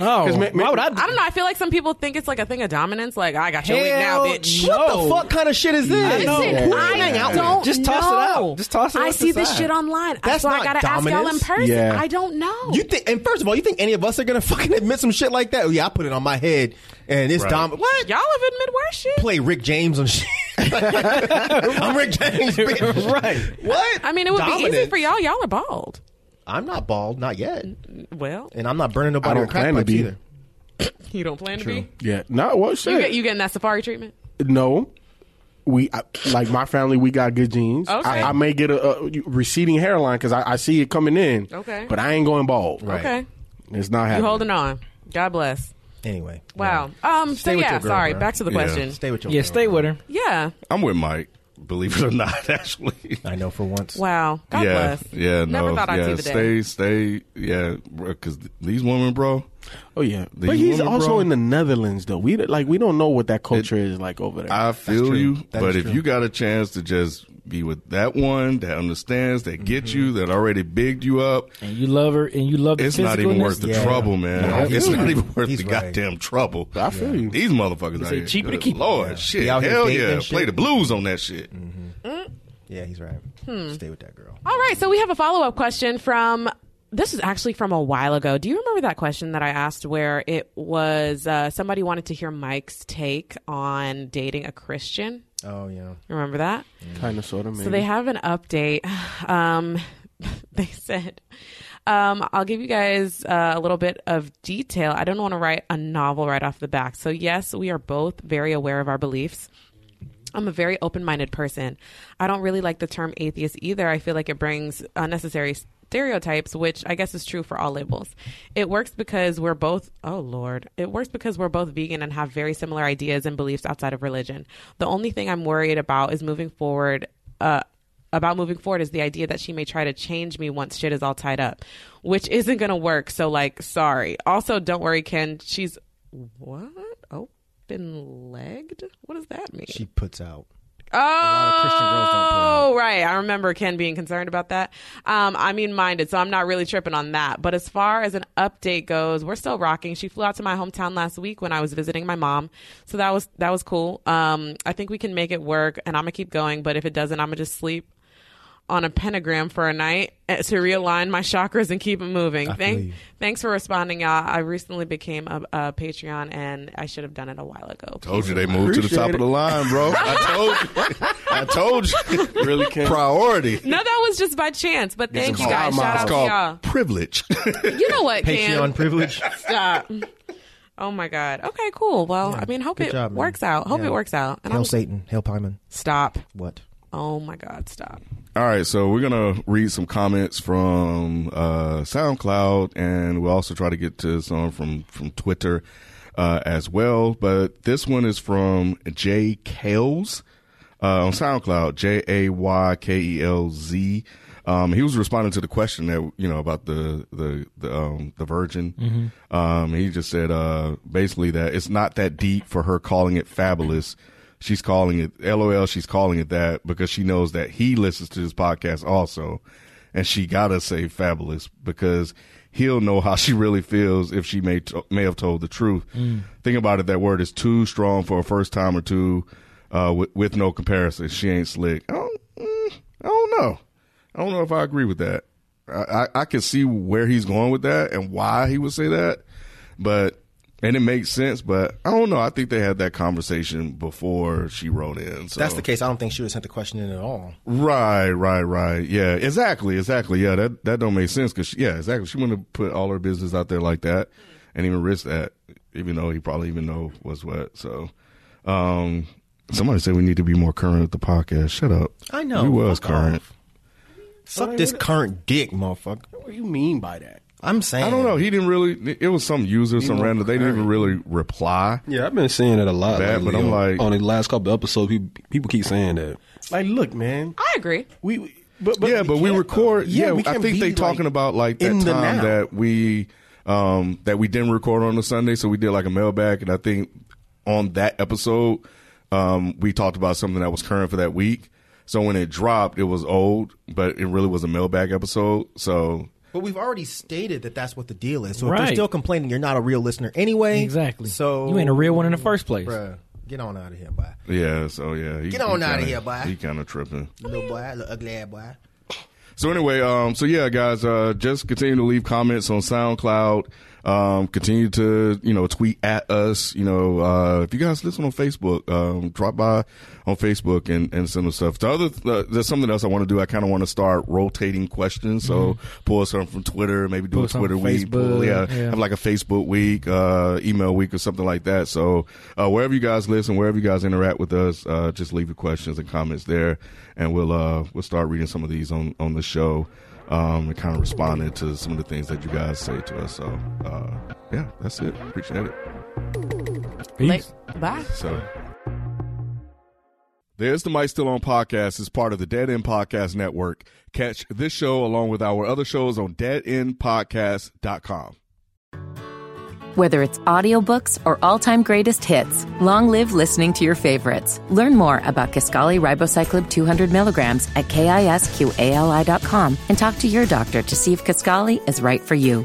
Oh, why would I? I don't know. I feel like some people think it's like a thing of dominance. Like I got your wig now, Hell bitch. no. what the fuck kind of shit is this? Listen, Who you I hang out with? don't Just toss it know. out. Just toss it I out see the this side. shit online. That's so I not gotta ask y'all in dominance. person. Yeah. I don't know. You think? And first of all, you think any of us are gonna fucking admit some shit like that? Oh, yeah, I put it on my head, and it's Right. dom. What? y'all have admitted worse shit. play Rick James and shit. I'm Rick James, bitch. Right. What? I mean, it would be easy Dominance. for y'all. Y'all are bald. I'm not bald, not yet, Well, and I'm not burning nobody. I don't with crack plan to pipes be. either. you don't plan to be. Yeah. Not what You, shit. get, you getting that safari treatment? no. We I, like my family. We got good genes. Okay. I, I may get a, a receding hairline because I, I see it coming in. Okay. but I ain't going bald. Right, Okay, it's not happening. you holding on. God bless. Anyway, Wow. Um. Stay so with yeah. your girl, sorry. bro. Back to the Yeah. question. yeah. stay with your Yeah, girl. stay with her. Yeah. I'm with Mike, believe it or not, actually. I know for once. Wow. God yeah, bless. yeah, Never no, thought I'd yeah, see the stay, day. stay, yeah, because these women, bro, Oh yeah, These but he's women, also bro. in the Netherlands though. We like we don't know what that culture is like over there. I feel true. you. That but is if true. you got a chance to just be with that one that understands, that gets Mm-hmm. you, that already bigged you up, And you love her, and you love. The it's not even physicalness. worth the Yeah. trouble, man. Yeah, I it's feel not you. even worth He's the right. goddamn trouble. I feel you. These motherfuckers out say here. cheaper to good keep. Lord, Yeah. shit, Be out here hell dating yeah, and play shit. Mm-hmm. the blues on that shit. Yeah, he's right. Stay with that girl. All right, so we have a follow up question from. This is actually from a while ago. Do you remember that question that I asked where it was uh, somebody wanted to hear Mike's take on dating a Christian? Oh yeah. Remember that? kind of sort of. So they have an update. Um, they said, um, I'll give you guys uh, a little bit of detail. I don't want to write a novel right off the back. So, yes, we are both very aware of our beliefs. I'm a very open minded person. I don't really like the term atheist either. I feel like it brings unnecessary stereotypes, which I guess is true for all labels. It works because we're both, oh Lord, it works because we're both vegan and have very similar ideas and beliefs outside of religion. The only thing I'm worried about is moving forward. Uh, about moving forward is the idea that she may try to change me once shit is all tied up, which isn't gonna work. So, like, sorry. Also, don't worry, Ken. She's what? Open legged? What does that mean? She puts out. lot of Christian girls don't put out. Oh, right. I remember Ken being concerned about that. Um, I mean, minded, so I'm not really tripping on that. But as far as an update goes, we're still rocking. She flew out to my hometown last week when I was visiting my mom, so that was that was cool. Um, I think we can make it work, and I'm gonna keep going. But if it doesn't, I'm gonna just sleep on a pentagram for a night eh, to realign my chakras and keep it moving. Thank, thanks for responding, y'all. I recently became a, a Patreon, and I should have done it a while ago. Told you they moved to the top of the line, bro. I told you. I told you. Really, Ken? Priority. No, that was just by chance. But thank It's you guys. called- Shout it's out to called y'all. privilege. You know what, Patreon Cam? privilege. Stop. Oh my God. Okay, cool. Well, I mean, hope Good it job, man. works out. Hope Yeah. it works out. And Hail I'm Satan. Hail Pyman. stop. What? Oh my God, stop. All right, so we're gonna read some comments from uh, SoundCloud, and we'll also try to get to some from from Twitter uh, as well. But this one is from Jay Kales uh, on SoundCloud, J A Y K E L Z. Um, he was responding to the question that you know about the the the, um, the Virgin. Mm-hmm. Um, he just said uh, basically that it's not that deep for her calling it fabulous. She's calling it LOL. She's calling it that because she knows that he listens to this podcast also, and she gotta say fabulous because he'll know how she really feels if she may t- may have told the truth. Think about it. That word is too strong for a first time or two, uh, with, with no comparison. She ain't slick. I don't, mm, I don't know. I don't know if I agree with that. I, I, I can see where he's going with that and why he would say that, but and it makes sense. But I don't know. I think they had that conversation before she wrote in. So. That's the case. I don't think she would have sent the question in at all. Right, right, right. Yeah, exactly, exactly. Yeah, that that don't make sense because yeah, exactly. She wouldn't have put all her business out there like that and even risk that, even though he probably even know what's what. So, um, somebody said we need to be more current with the podcast. Shut up. I know. we was Fuck current. off. Suck this current dick, motherfucker. What do you mean by that? I'm saying. I don't know. He didn't really. It was some user, some random. They didn't even really reply. Yeah, I've been saying that a lot. Bad, but lately I'm on, like- on the last couple of episodes, people, people keep saying that. Like, look, man. I agree. We, we- but, but yeah, but we can't, record. though. Yeah, we I can't think be, they like, talking about like that in the time now. that we um that we didn't record on the Sunday, so we did like a mailbag, and I think on that episode um we talked about something that was current for that week. So when it dropped, it was old, but it really was a mailbag episode. So But we've already stated that that's what the deal is. So if Right. you're still complaining, you're not a real listener anyway. Exactly. So you ain't a real one in the first place. Bruh, get on out of here, boy. yeah, so yeah, he, Get on he outta kinda- here, boy. He kind of tripping. Little boy, little ugly ass boy. So anyway, um, so yeah, guys, uh, just continue to leave comments on SoundCloud. Um, continue to you know tweet at us. You know, uh, if you guys listen on Facebook, um, drop by on Facebook and, and send us stuff. The other uh, there's something else I want to do. I kind of want to start rotating questions. So pull some from Twitter, maybe do Mm-hmm. Pull a some Twitter from week, pull, Facebook, yeah, yeah. have like a Facebook week, uh, email week, or something like that. So uh, wherever you guys listen, wherever you guys interact with us, uh, just leave your questions and comments there, and we'll uh, we'll start reading some of these on on the show um, and kind of responding to some of the things that you guys say to us. So uh, yeah, that's it. Appreciate it. Peace. Like, bye. So. There's the Mic Still On podcast is part of the Dead End Podcast Network. Catch this show along with our other shows on deadendpodcast.com. Whether it's audiobooks or all-time greatest hits, long live listening to your favorites. Learn more about Kaskali Ribocyclib 200 milligrams at kisqali.com and talk to your doctor to see if Kaskali is right for you.